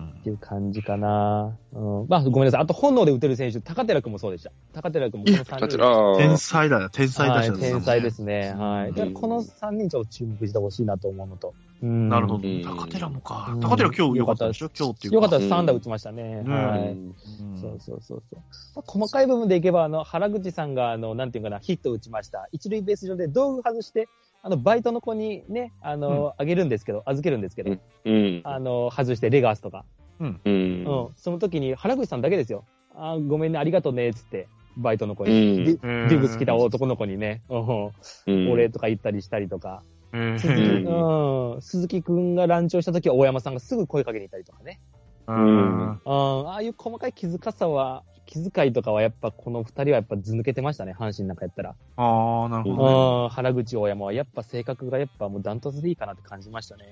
Speaker 2: ん
Speaker 1: っていう感じかな。うん。まあ、ごめんなさい。あと、本能で打てる選手、高寺君もそうでした。高寺君もこの3
Speaker 3: だって
Speaker 1: 人。
Speaker 3: あ
Speaker 2: 天
Speaker 3: ー
Speaker 2: 才だよ、天才打
Speaker 1: は
Speaker 2: 者
Speaker 1: い、
Speaker 2: ですね
Speaker 1: 天才ですね。はい。
Speaker 2: うん
Speaker 1: だからこの3人ちょっと注目してほしいなと思うのと。うん
Speaker 2: なるほど
Speaker 3: うん。
Speaker 2: 高寺もか
Speaker 1: う。ん
Speaker 2: 高寺今日良かったでしょ今日っていう
Speaker 1: よかった
Speaker 2: で
Speaker 1: です。3打打ちましたね。
Speaker 2: うん
Speaker 1: は
Speaker 3: う
Speaker 1: い。
Speaker 3: ん
Speaker 2: す。うん
Speaker 1: そうそうそうそう。まあ、細かい部分でいけば、あの、原口さんが、あの、なんていうかな、ヒットを打ちました。一塁ベース上で道具外して、あの、バイトの子にね、あの、あ、げるんですけど、預けるんですけど、
Speaker 3: うん。
Speaker 1: あの、外してレガースとか。
Speaker 3: う
Speaker 1: うんん。。その時に原口さんだけですよ。あーごめんね、ありがとうね、つって、バイトの子
Speaker 3: う
Speaker 1: に。
Speaker 3: ん。
Speaker 1: デュデューブス来た男の子にね、うん
Speaker 3: うん
Speaker 1: お礼とか言ったりしたりとか、
Speaker 2: えー
Speaker 1: 鈴木
Speaker 3: う
Speaker 2: え
Speaker 1: うん、鈴木くんが乱調した時は大山さんがすぐ声かけに行ったりとかね。
Speaker 2: ー
Speaker 3: ん
Speaker 2: うん
Speaker 1: うん、ああいう細かい気づかさは、気遣いとかはやっぱこの二人はやっぱ図抜けてましたね、阪神なんかやったら。
Speaker 2: ああ、なるほどね。
Speaker 1: うん、原口大山はやっぱ性格がやっぱもうダントツでいいかなって感じましたね。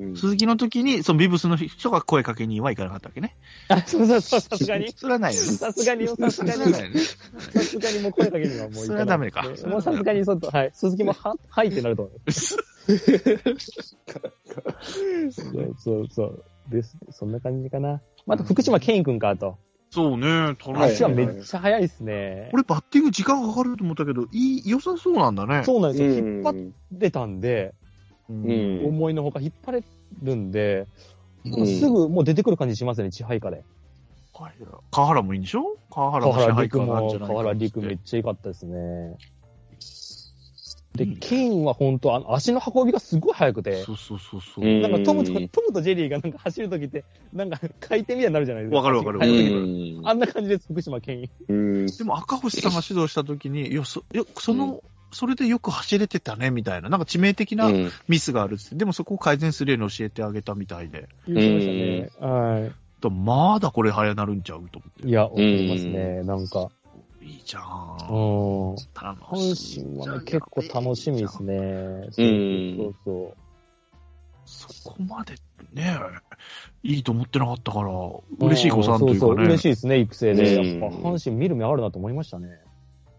Speaker 3: うん
Speaker 2: 鈴木の時に、そのビブスの人が声かけにはいかなかったわけね。
Speaker 1: あ、 そうそうそう、さすが に。
Speaker 2: それはないよね。
Speaker 1: さすがに、さす
Speaker 2: それ
Speaker 1: が
Speaker 2: は
Speaker 1: に
Speaker 2: な、いよね。
Speaker 1: さすがにもう声かけにはもうい
Speaker 2: それはダメか
Speaker 1: ねもうさすがにちょっと、はい。鈴木もは、はいってなると思う。そうそうそう。です。そんな感じかな。また福島健くんかと。
Speaker 2: そうね、トラ
Speaker 3: はい
Speaker 2: イ
Speaker 1: 足はめっちゃ速いですね。
Speaker 2: これバッティング時間かかると思ったけど、いい、良さそうなんだね。
Speaker 1: そうなんですよ。
Speaker 3: う
Speaker 1: 引っ張っ
Speaker 3: ん。
Speaker 1: てたんで、
Speaker 2: う。
Speaker 3: うんん。
Speaker 1: 思いのほか引っ張れるんで、
Speaker 3: うん
Speaker 1: すぐもう出てくる感じしますね、千早かで。
Speaker 2: 川原もいいんでしょ川原
Speaker 1: 河
Speaker 2: も支
Speaker 1: 原
Speaker 2: 配
Speaker 1: 陸
Speaker 2: 下なんじゃ
Speaker 1: も、
Speaker 2: ない
Speaker 1: 河
Speaker 2: か
Speaker 1: 原
Speaker 2: っつって
Speaker 1: 陸めっちゃ良かったですね。で
Speaker 2: いいね、
Speaker 1: ケインは本当あの足の運びがすごい速くて、
Speaker 2: そうそうそうそうう。
Speaker 3: ん
Speaker 1: なんかトムと、トムとジェリーがなんか走るときって、なんか回転みたいになるじゃないですか。
Speaker 2: わかるわかる
Speaker 1: 走る時
Speaker 3: うん
Speaker 1: あんな感じです、福島ケイン。
Speaker 3: うん。
Speaker 2: でも赤星さんが指導した時に、いや、そ、よその、それでよく走れてたね、みたいな。なんか致命的な
Speaker 3: うん
Speaker 2: ミスがあるっつって。でもそこを改善するように教えてあげたみたいで。
Speaker 1: 言ってましたね。は
Speaker 2: だまだこれ早なるんちゃうと思
Speaker 1: い。
Speaker 2: っ
Speaker 1: いや、思いますね、なんか。
Speaker 2: て。いいじゃ。
Speaker 1: うんん。
Speaker 2: 楽し
Speaker 1: 阪
Speaker 2: い
Speaker 1: 神はね、結構楽しみです。ね。そう
Speaker 3: うん
Speaker 1: そうそう。
Speaker 2: そこまでね、いいと思ってなかったから、嬉しい誤算というか
Speaker 1: そうそう、
Speaker 2: ね
Speaker 1: 嬉。しいですね、育成で。
Speaker 3: うん
Speaker 1: やっぱ、阪神見る目あるなと思いましたね。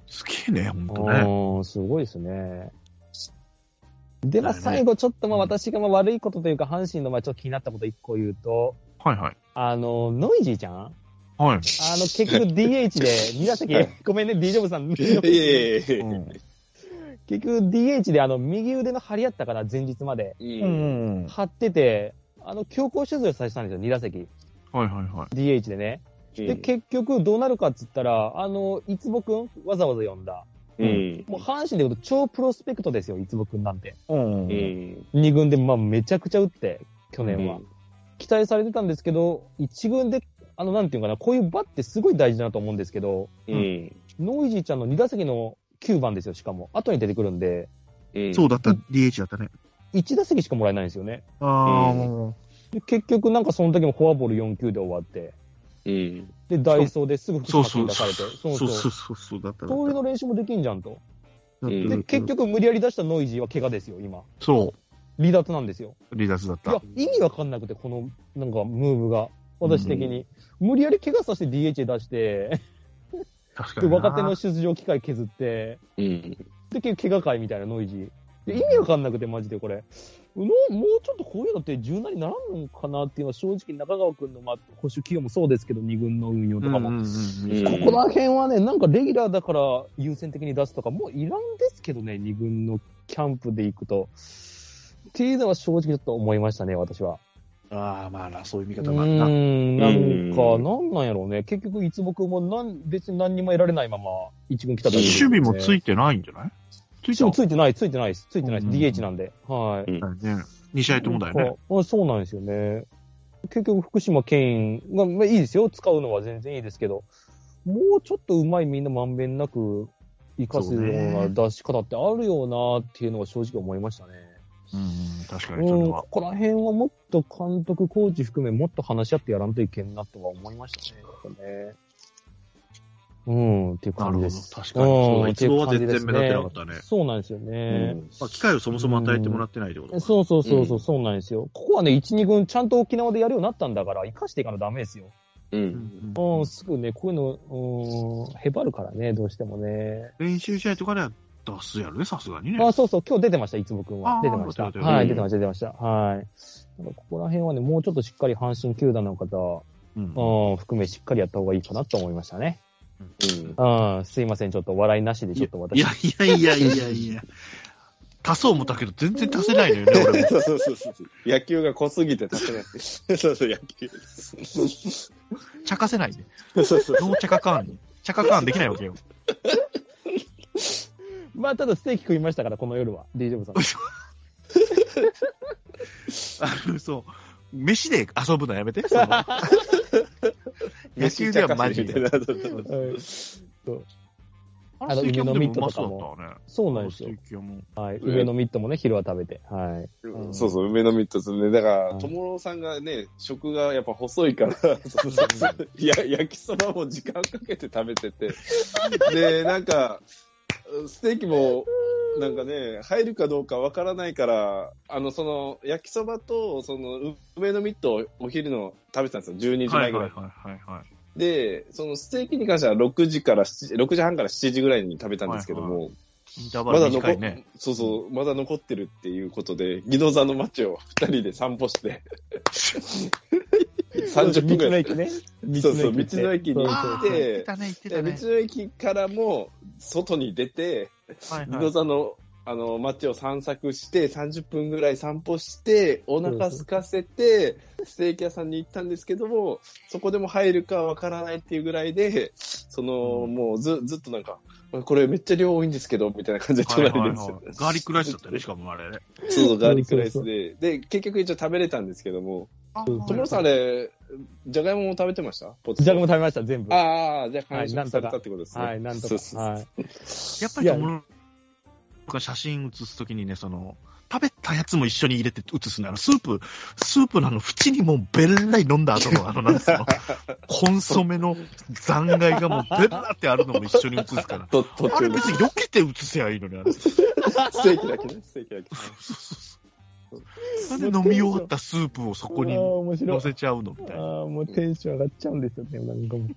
Speaker 2: すげえね、ほんとね。
Speaker 1: うん、すごいですね。では、最後、ちょっとまあ私がまあ悪いことというか、阪神のまあちょっと気になったこと一個言うと、
Speaker 2: はいはい。
Speaker 1: あの、ノイジーちゃんあ
Speaker 2: は
Speaker 1: の、
Speaker 2: い。
Speaker 1: 結局 DH で、2打席
Speaker 3: はい、
Speaker 1: ごめんね、D ジョブさん。
Speaker 3: いやいやいや
Speaker 2: う
Speaker 3: いや
Speaker 2: ん
Speaker 1: 結局 DH で、あの、右腕の張り合ったから、前日まで。
Speaker 3: うん
Speaker 2: うん。
Speaker 1: 張ってて、あの、強行手術させたんですよ、2打席。
Speaker 2: はいはいはい。
Speaker 1: DH でね。で、結局どうなるかっつったら、あの、いつぼくんわざわざ呼んだ。
Speaker 3: うん。
Speaker 1: もう阪神で言うと超プロスペクトですよ、いつぼくんなんて。
Speaker 2: うん
Speaker 3: う。ん。
Speaker 1: 2軍で、まあめちゃくちゃ打って、去年は。
Speaker 3: うん
Speaker 1: 期待されてたんですけど、1軍で、あの、なんていうかな、こういう場ってすごい大事だなと思うんですけど、
Speaker 3: うん。
Speaker 1: ノイジーちゃんの2打席の9番ですよ、しかも。後に出てくるんで、
Speaker 3: うん
Speaker 2: そうだった、DH だったね。
Speaker 1: 1打席しかもらえないんですよね。
Speaker 2: ああ、
Speaker 3: うん
Speaker 2: も
Speaker 1: で、結局なんかその時もフォアボール4球で終わって、
Speaker 3: うん。
Speaker 1: で、ダイソーですぐ
Speaker 2: う。
Speaker 1: 福
Speaker 2: そう
Speaker 1: 島
Speaker 2: そ
Speaker 1: 県
Speaker 2: う。
Speaker 1: 出さ
Speaker 2: そ
Speaker 1: れ
Speaker 2: う
Speaker 1: て、
Speaker 2: そうそうそうそう。だっただ
Speaker 1: 盗塁
Speaker 2: っ
Speaker 1: の練習もできんじゃんと。
Speaker 2: た。
Speaker 3: うん
Speaker 1: で、結局無理やり出したノイジーは怪我ですよ、今。
Speaker 2: そ
Speaker 1: 離脱なんですよ。
Speaker 2: う。離脱だっ
Speaker 1: い
Speaker 2: た
Speaker 1: や。、意味わかんなくて、この、なんか、ムーブが。私的に。無理やり怪我させて DH 出 して、
Speaker 2: 確か
Speaker 1: で、
Speaker 2: にな。
Speaker 1: 若手の出場機会削って、
Speaker 3: うん。
Speaker 1: で、結局怪我会みたいなノイジー。で意味わかんなくて、マジでこれ。もう、もうちょっとこういうのって柔軟にならんのかなっていうのは正直中川くんの、まあ、保守企業もそうですけど、二軍の運用とかも。
Speaker 2: うんうんうん
Speaker 1: ここら辺はね、なんかレギュラーだから優先的に出すとか、もういらんですけどね、二軍のキャンプで行くと。っていうのは正直ちょっと思いましたね、私は。
Speaker 2: ああ、まあな、そういう見
Speaker 1: う
Speaker 2: 方もある
Speaker 1: ー
Speaker 2: な。
Speaker 1: ん、なん
Speaker 3: う
Speaker 1: か、
Speaker 3: ん
Speaker 1: なんなんやろうね。結局、いつ僕もなん別に何にも得られないまま、一軍来ただけ
Speaker 3: うん
Speaker 1: で
Speaker 2: 守
Speaker 1: すよね
Speaker 2: 備もついてないんじゃないつい
Speaker 1: 守
Speaker 2: て
Speaker 1: 備
Speaker 2: な
Speaker 1: も
Speaker 2: い
Speaker 1: ついてない、ついてないです。ついてないです。
Speaker 2: うん
Speaker 1: DH なんで。はい。
Speaker 2: ね。2試合ともだよね。
Speaker 1: なんかあそうなんですよね。結局、福島健が、まあ、いいですよ。使うのは全然いいですけど、もうちょっとうまいみんなまんべんなく活かすような出し方ってあるよなっていうのは正直思いましたね。
Speaker 2: うんうん、確か
Speaker 1: う
Speaker 2: にそれ
Speaker 1: ん、
Speaker 2: は
Speaker 1: こ。こら辺はもっと監督、コーチ含めもっと話し合ってやらんといけんなとは思いましたね。ねうん、っていう
Speaker 2: な
Speaker 1: 感
Speaker 2: る
Speaker 1: じ
Speaker 2: ほ
Speaker 1: で
Speaker 2: ど。
Speaker 1: す。
Speaker 2: 確かに。そうだ
Speaker 1: うん
Speaker 2: いつもは全然目立ってなかったね。
Speaker 1: そうなんですよね。
Speaker 2: まあ、機会をそもそも与えてもらってないってことか
Speaker 1: そうそうそうそうう、
Speaker 3: ん
Speaker 1: そうなんですよ。ここはね、1、2軍ちゃんと沖縄でやるようになったんだから、生かしていかなダメですよ。
Speaker 3: う。
Speaker 2: うんんう
Speaker 1: うんん、すぐね、こういうの、うん、へばるからね、どうしてもね。
Speaker 2: 練習試合とかでは出すやろね、さすがにね。
Speaker 1: あ、そうそう、今日出てました、いつもくん
Speaker 2: あ
Speaker 1: は
Speaker 2: ー。
Speaker 1: 出てました。
Speaker 2: 出てた出てた
Speaker 1: は
Speaker 3: う
Speaker 1: い、
Speaker 3: ん
Speaker 1: 出てました、出てました。はい。だからここら辺はね、もうちょっとしっかり阪神球団の方、
Speaker 2: うん
Speaker 1: うん、含めしっかりやった方がいいかなと思いましたね。
Speaker 3: うん。
Speaker 1: うん、すいません、ちょっと笑いなしでちょっと私。
Speaker 2: いやいやいやいやいや。足そう思ったけど、全然足せないのよ ね、俺も。
Speaker 3: そうそうそうそう。野球が濃すぎて立てない。そうそう、野球。
Speaker 2: 茶化せないね。
Speaker 3: そうそうそう。
Speaker 2: どう茶化かんね。茶化かんできないわけよ。
Speaker 1: まあ、ただステーキ食いましたから、この夜は。大丈夫さん。
Speaker 2: あの、そう。飯で遊ぶのやめて。その 野球ではマジで。
Speaker 1: はいそう
Speaker 2: あの水球もでもうまそうだったね。
Speaker 1: そうなんですよ
Speaker 2: 水。球も。
Speaker 1: はい。上のミットもね、昼は食べて。はい。
Speaker 3: うんそうそう、梅のミットですね。だから
Speaker 1: う、ん
Speaker 3: 友郎さんがね、食がやっぱ細いから、そのいや焼きそばも時間かけて食べてて、で、なんか、ステーキも、なんかね、入るかどうかわからないから、あの、その、焼きそばと、その、梅のミットをお昼の食べてたんですよ、12時前ぐら
Speaker 2: はいいはいはいはいはい。
Speaker 3: で、そのステーキに関しては6時から7時、6時半から7時ぐらいに食べたんですけども、
Speaker 2: インターバ
Speaker 3: まだ
Speaker 2: ル
Speaker 3: 残
Speaker 2: 短いね。
Speaker 3: そうそう、まだ残ってるっていうことで、ギノ座の街を2人で散歩 して、30分ぐらい。
Speaker 1: 道の駅ね。
Speaker 3: そうそう、道の駅に
Speaker 1: そう
Speaker 3: 行
Speaker 2: あ
Speaker 3: っ
Speaker 2: あ、言って
Speaker 3: て、
Speaker 2: たね、言って
Speaker 3: で
Speaker 2: た
Speaker 3: 道
Speaker 2: ね。
Speaker 3: の駅からも外に出て、
Speaker 2: はい
Speaker 3: ギ
Speaker 2: は
Speaker 3: ノ
Speaker 2: い。
Speaker 3: 座のあの街を散策して、30分ぐらい散歩して、お腹空かせて、ステーキ屋さんに行ったんですけども、そこでも入るかわからないっていうぐらいで、その、
Speaker 2: うん
Speaker 3: もうずずっとなんか、これめっちゃ量多いんですけど、みたいな感じで
Speaker 2: はい
Speaker 3: 隣
Speaker 2: はいはい
Speaker 3: ですよ。
Speaker 2: ガーリックライスだったね、しかもあれね。
Speaker 3: そうそう、ガーリックライスで。で、結局一応食べれたんですけども、
Speaker 1: 友
Speaker 3: 友野さんあれ、じゃがいもも食べてましたポツ
Speaker 1: じゃがいも食べました、全部。は
Speaker 3: ああ、じゃあ完
Speaker 1: はいな
Speaker 3: 食
Speaker 1: んと
Speaker 3: さ
Speaker 1: か
Speaker 3: れたってことですね。
Speaker 1: い、なんと
Speaker 3: そうそう
Speaker 1: か。はい。
Speaker 2: やっぱり友野が写真写すときにね、その、食べたやつも一緒に入れて写すんだよ。スープ、スープのあの、縁にもうべらい飲んだ後の、あの、なんつう の、コンソメの残骸がもうべらってあるのも一緒に写すから。
Speaker 3: と途
Speaker 2: あ
Speaker 3: 中
Speaker 2: れ
Speaker 3: で
Speaker 2: 別に避けて写せばいいのに、あれ。
Speaker 3: ステーキだけね、ステーキだけ。
Speaker 2: なんで飲み終わったスープをそこに
Speaker 1: あー面白い
Speaker 2: 乗。せちゃうのみたいな。
Speaker 1: ああ、もうテンション上がっちゃうんですよね、なんかもう。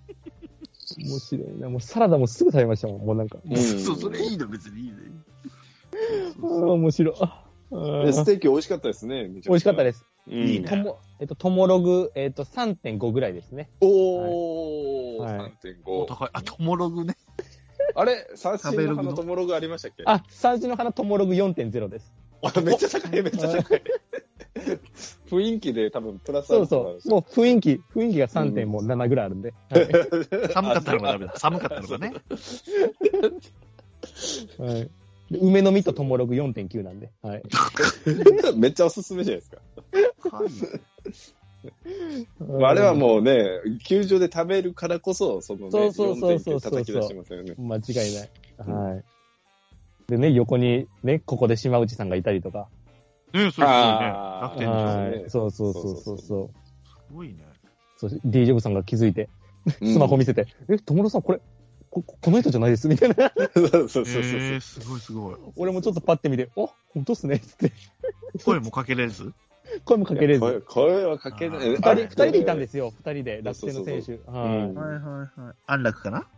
Speaker 1: 面白いな。もうサラダもすぐ食べましたもん、もうなんか。
Speaker 3: うん
Speaker 2: そう、それいいの、別にいいね。
Speaker 1: ああ、面白い。あ
Speaker 3: でス
Speaker 1: ー
Speaker 3: テーキ美味しかったですね、
Speaker 1: 美味しかった
Speaker 3: で
Speaker 1: です。
Speaker 3: す。うん
Speaker 2: いいね
Speaker 1: とも、えっと、ともログ、えっと、3.5ぐらいですね。
Speaker 3: おー、
Speaker 1: はい
Speaker 2: お
Speaker 3: 3.5。
Speaker 2: 高い。あ、トモログね。
Speaker 3: あれ、三
Speaker 2: 食べ
Speaker 3: 振
Speaker 2: ロ
Speaker 3: の
Speaker 2: グの
Speaker 3: 花ともログありましたっけ
Speaker 1: あ、三時の花ともログ4.0です。
Speaker 3: あめっちゃ高い、めっちゃ高い。雰囲気で多分プラス
Speaker 1: そ
Speaker 3: アル
Speaker 1: う
Speaker 3: ファ
Speaker 1: そ
Speaker 3: で
Speaker 1: う。
Speaker 3: す
Speaker 1: も
Speaker 3: よ
Speaker 1: う雰囲気、雰囲気が3.7ぐらいあるんで。はい
Speaker 2: 寒かったのがダメだ。寒かったのがね。
Speaker 1: はい。で梅の実とともろぐ4.9なんで。はい。
Speaker 3: めっちゃおすすめじゃないですか。まあ
Speaker 1: あ
Speaker 3: あれはもうね、球場で食べるからこそ、そのね、
Speaker 1: そうそうそうそう
Speaker 3: 4.9叩き出してますよね。
Speaker 1: う。間違いない。はい。でね、横に、ね、ここで島内さんがいたりとか。
Speaker 2: ね、それすごいね。
Speaker 3: あ
Speaker 2: 楽
Speaker 3: ー
Speaker 2: 天の人
Speaker 1: は
Speaker 3: 店長ね
Speaker 1: い。そうそうそうそうそう。
Speaker 2: すごいね。
Speaker 1: そう、DJ 部さんが気づいて、
Speaker 3: うん
Speaker 1: スマホ見せて、え、友野さんこれ、こ、この人じゃないですみたいな。
Speaker 3: そうそうそう
Speaker 2: え
Speaker 3: そう。
Speaker 2: ー、すごいすごい。
Speaker 1: 俺もちょっとパッて見て、お、本当っすねっつって、
Speaker 2: 声もかけれず。
Speaker 1: 声もかけれ
Speaker 3: 声
Speaker 1: ず。
Speaker 3: 声はかけない。。
Speaker 2: あー
Speaker 1: 二人、二人でいたんですすよ。二人で、楽天の選手。はい。
Speaker 3: うん
Speaker 2: はいはい。安楽かな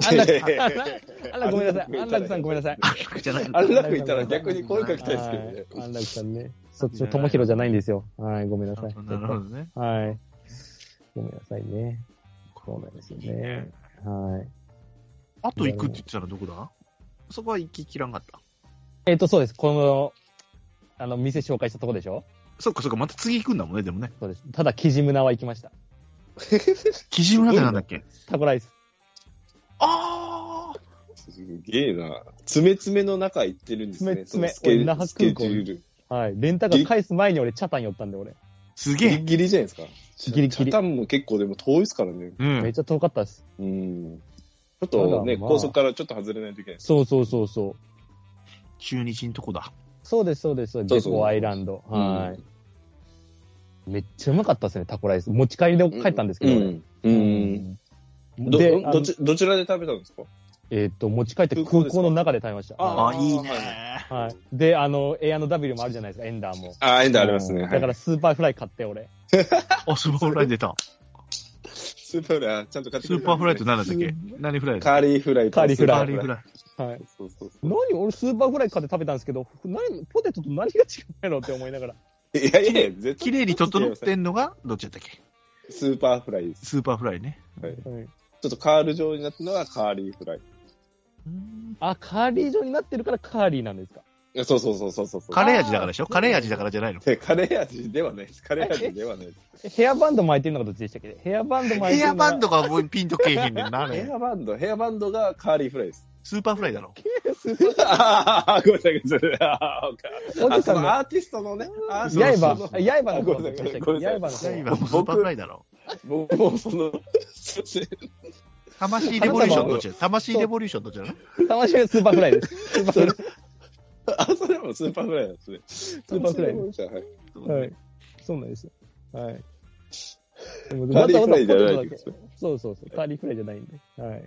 Speaker 1: 安楽さん、安楽安楽ごめん なさい。安楽さんごめんなさい。
Speaker 2: 安楽じゃ ないの
Speaker 3: あれ楽いたら逆に声かけたいですけどね。
Speaker 1: はい安楽さんね。そっちのともひろじゃないんですよ。はい、ごめんなさい。
Speaker 2: なるほどね。
Speaker 1: はい。ごめんなさいね。そうなんですよね。はい。
Speaker 2: あと行くって言ってたらどこだそこは行ききらんかった。
Speaker 1: えっ、と、そうです。この、あの、店紹介したとこでしょ
Speaker 2: そっかそっか、また次行くんだもんね、でもね。
Speaker 1: そうです。ただ、キジムナは行きました。
Speaker 2: 基準なんてなんだっけ
Speaker 1: タコライス。
Speaker 2: ああ
Speaker 3: すげえな。爪爪の中行ってるんですね。
Speaker 1: 爪爪
Speaker 3: そのスケ
Speaker 1: 俺那覇
Speaker 3: スケ
Speaker 1: 空
Speaker 3: ジ
Speaker 1: 港
Speaker 3: ュール。
Speaker 1: はい。レンタカー返す前に俺、チャタン寄ったんで、俺。
Speaker 2: すげ
Speaker 3: ギリ
Speaker 2: え。
Speaker 3: ギリじゃないですか。
Speaker 1: ギリギリ
Speaker 3: チャタンも結構でも遠いですからね。
Speaker 2: う
Speaker 1: めっ
Speaker 2: ん。
Speaker 1: ちゃ遠かったです。
Speaker 3: うん。ちょっとね、
Speaker 1: ただまあ
Speaker 3: 高速からちょっと外れないといけないです。
Speaker 1: そうそうそうそう。
Speaker 2: 中日のとこだ。
Speaker 1: そうです、そうです、そう
Speaker 3: そう
Speaker 1: です。
Speaker 3: そ
Speaker 1: デ
Speaker 3: う
Speaker 1: コアイランド。
Speaker 3: うん
Speaker 1: はい。めっちゃうまかったですね、タコライス。持ち帰りで帰ったんですけど、俺
Speaker 3: うん。うん。ど、
Speaker 1: で、
Speaker 3: ど
Speaker 1: あ
Speaker 3: ど
Speaker 1: の
Speaker 3: ち、どちらで食べたんですか
Speaker 1: えーっと、持ち帰って空港の中で食べました。
Speaker 3: あ
Speaker 2: あ
Speaker 1: は
Speaker 2: あ、いいね。
Speaker 1: い。はいで、あの、A&W もあるじゃないですか、エンダーも。
Speaker 3: ああ、エンドありますね。
Speaker 1: だ
Speaker 3: は
Speaker 1: か
Speaker 3: い。
Speaker 1: らスーパーフライ買って、俺。
Speaker 2: あ、スーパーフライ出た。
Speaker 3: スーパーフライ、あちゃんと買って
Speaker 2: ス
Speaker 3: くれ
Speaker 2: ー
Speaker 3: た
Speaker 2: パーフライって何だったっけ何フライだ
Speaker 3: カーリーフライと
Speaker 1: カーリーフ
Speaker 2: カ
Speaker 1: ラ
Speaker 2: ーリーフ
Speaker 3: イ。
Speaker 2: ライ。
Speaker 1: はい。
Speaker 3: そうそうそう
Speaker 1: 何俺スーパーフライ買って食べたんですけど、何、ポテトと何が違うんやろって思いながら。
Speaker 3: いやいやいや、絶対。
Speaker 2: 綺麗に整ってんのが、どっちだったっけ
Speaker 3: スーパーフライです。
Speaker 2: スーパーフライね。
Speaker 3: ちょっとカール状になったのがカーリーフライ。
Speaker 1: あ、カーリー状になってるからカーリーなんですか。
Speaker 3: いやそうそうそうそうそうそう。
Speaker 2: カレー味だからでしょカレー味だからじゃないの。
Speaker 3: えカレー味ではないです。カレー味ではないです。
Speaker 1: えヘアバンド巻いてるのがどっちでしたっけヘアバンド巻いて
Speaker 2: ヘ
Speaker 1: る
Speaker 2: ア
Speaker 1: のが
Speaker 2: バンドがもうピンとけえへんねんな、あ
Speaker 3: ヘ
Speaker 2: れ。
Speaker 3: アバンド、ヘアバンドがカーリーフライです。
Speaker 2: スーパーフライだろ。
Speaker 3: ああ、ごめんなさい、ごめんなさい。あ
Speaker 1: お
Speaker 3: あ
Speaker 1: じさ
Speaker 3: そ
Speaker 1: ん
Speaker 3: の
Speaker 1: の
Speaker 3: アーティストのね、アーティストの
Speaker 2: そうそ
Speaker 1: 刃
Speaker 2: うそう、
Speaker 1: 刃の
Speaker 3: あ
Speaker 1: 方
Speaker 3: ごめ
Speaker 1: が
Speaker 3: ん
Speaker 1: ど
Speaker 3: な
Speaker 1: っちで
Speaker 3: さい
Speaker 1: したっ
Speaker 3: ごめ
Speaker 1: け
Speaker 3: んなさい
Speaker 1: 刃の方
Speaker 2: ジャイバンもスーパーフライだろ。
Speaker 3: 僕もその、 すいません
Speaker 2: 魂レボリューションど っちだ魂レボリューションどっちだ
Speaker 1: 楽しみスーパーフライです。スーパーフライ。
Speaker 3: あ、それはもうスーパーフライなんですね。ス
Speaker 1: ーパーフライ
Speaker 3: です。はい
Speaker 2: ろ
Speaker 1: はい。そうなんですよ。はい。カ
Speaker 3: カーリーフライじゃないです。
Speaker 1: そうそうそう。カーリーフライじゃないんで。はい。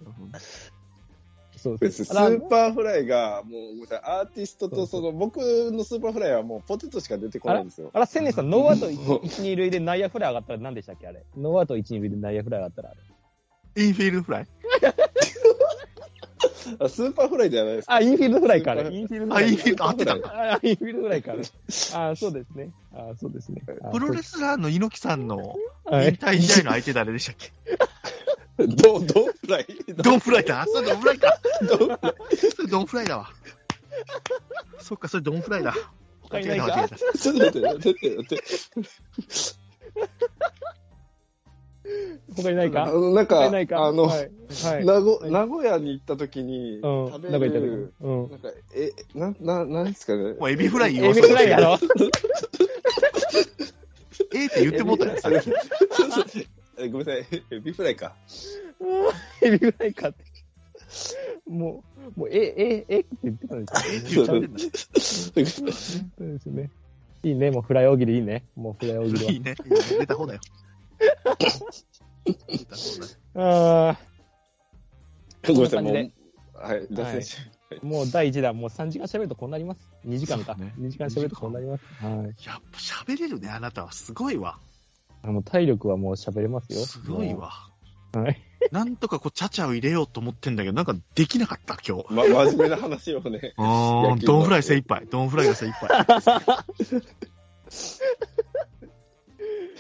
Speaker 1: そうで
Speaker 3: 別
Speaker 1: す
Speaker 3: に。スーパーフライが、もう、ごめんなさいアーティストとその、僕のスーパーフライはもうポテトしか出てこないんですよ。
Speaker 1: あら、千年さん、ノーアウト1、2塁で内野フライ上がったら何でしたっけあれ。ノーアウト1、2塁で内野フライ上がったらあれ。
Speaker 2: インフィールドフライ
Speaker 3: あスーパーフライじゃないです。
Speaker 1: あ、インフィールドフライか、あ
Speaker 3: スーパ
Speaker 1: れ。
Speaker 3: ー
Speaker 1: インフィールド
Speaker 2: あ、
Speaker 1: フラ
Speaker 2: イン
Speaker 1: イ
Speaker 2: フィールド合ってたんだ。
Speaker 1: あ、インフィールドフライか。あ、そうですね。あ、そうですね。あ
Speaker 2: プロレスラーの猪木さんの
Speaker 1: は
Speaker 2: 引
Speaker 1: い。
Speaker 2: 退試合の相手誰でしたっ け
Speaker 3: ドン、ドンフライ
Speaker 2: ドンフライだ。それドンフラ イか。
Speaker 3: ドンフライ
Speaker 2: それドンフライだわ。 そっか、それドンフライだ。
Speaker 1: 他いないか
Speaker 2: 間違えた間違え
Speaker 3: ちょっと待って、待って、待って。
Speaker 1: 他いない
Speaker 3: あ
Speaker 1: か
Speaker 3: の、な
Speaker 1: 他
Speaker 3: んか、
Speaker 1: いないか
Speaker 3: あの、
Speaker 1: はい。はい
Speaker 3: 名古
Speaker 1: はい
Speaker 3: 名古屋に行った時に、
Speaker 1: うん。
Speaker 3: 食
Speaker 1: なんか言
Speaker 3: べ
Speaker 1: ったね
Speaker 3: る、
Speaker 1: うん。
Speaker 3: なんか、え、な、な、なんですかね
Speaker 2: た。も。うエビフライ言お
Speaker 1: エ
Speaker 2: う
Speaker 1: ビフライやろ
Speaker 2: ええって言ってもうたよ。さっき
Speaker 3: え ごめんなさい、エビフライか。
Speaker 1: エビフライかって。もう、もう、え、え、えって言ってたんですよ。
Speaker 2: え えって言っちゃ ってんだ。
Speaker 1: そうですね。いいね、もうフライ大喜利いいね。もうフライ大喜
Speaker 2: いい
Speaker 1: 利
Speaker 2: ね。いいね出た 方だよ。出た方だよ
Speaker 1: は。あ
Speaker 3: ごめんなさ
Speaker 1: こ
Speaker 3: い、
Speaker 1: ん
Speaker 3: も
Speaker 1: な
Speaker 3: う、
Speaker 1: 感
Speaker 3: はい、脱線し
Speaker 1: あ、もう第1弾、もう3時間喋るとこうなります。2時間か。
Speaker 2: そうね
Speaker 1: 2時間喋るとこうなります。はい。
Speaker 2: やっぱ喋れるね、あなたは。すごいわ。
Speaker 1: あもう体力はもう喋れますよ。
Speaker 2: すごい。わ。
Speaker 1: はい。
Speaker 2: なんとかこう、ちゃちゃを入れようと思ってんだけど、なんかできなかった、今日。
Speaker 3: ま、真面目な話をね。
Speaker 2: あ
Speaker 3: 野球
Speaker 2: ドンフライ精一杯。ドンフライが精一杯。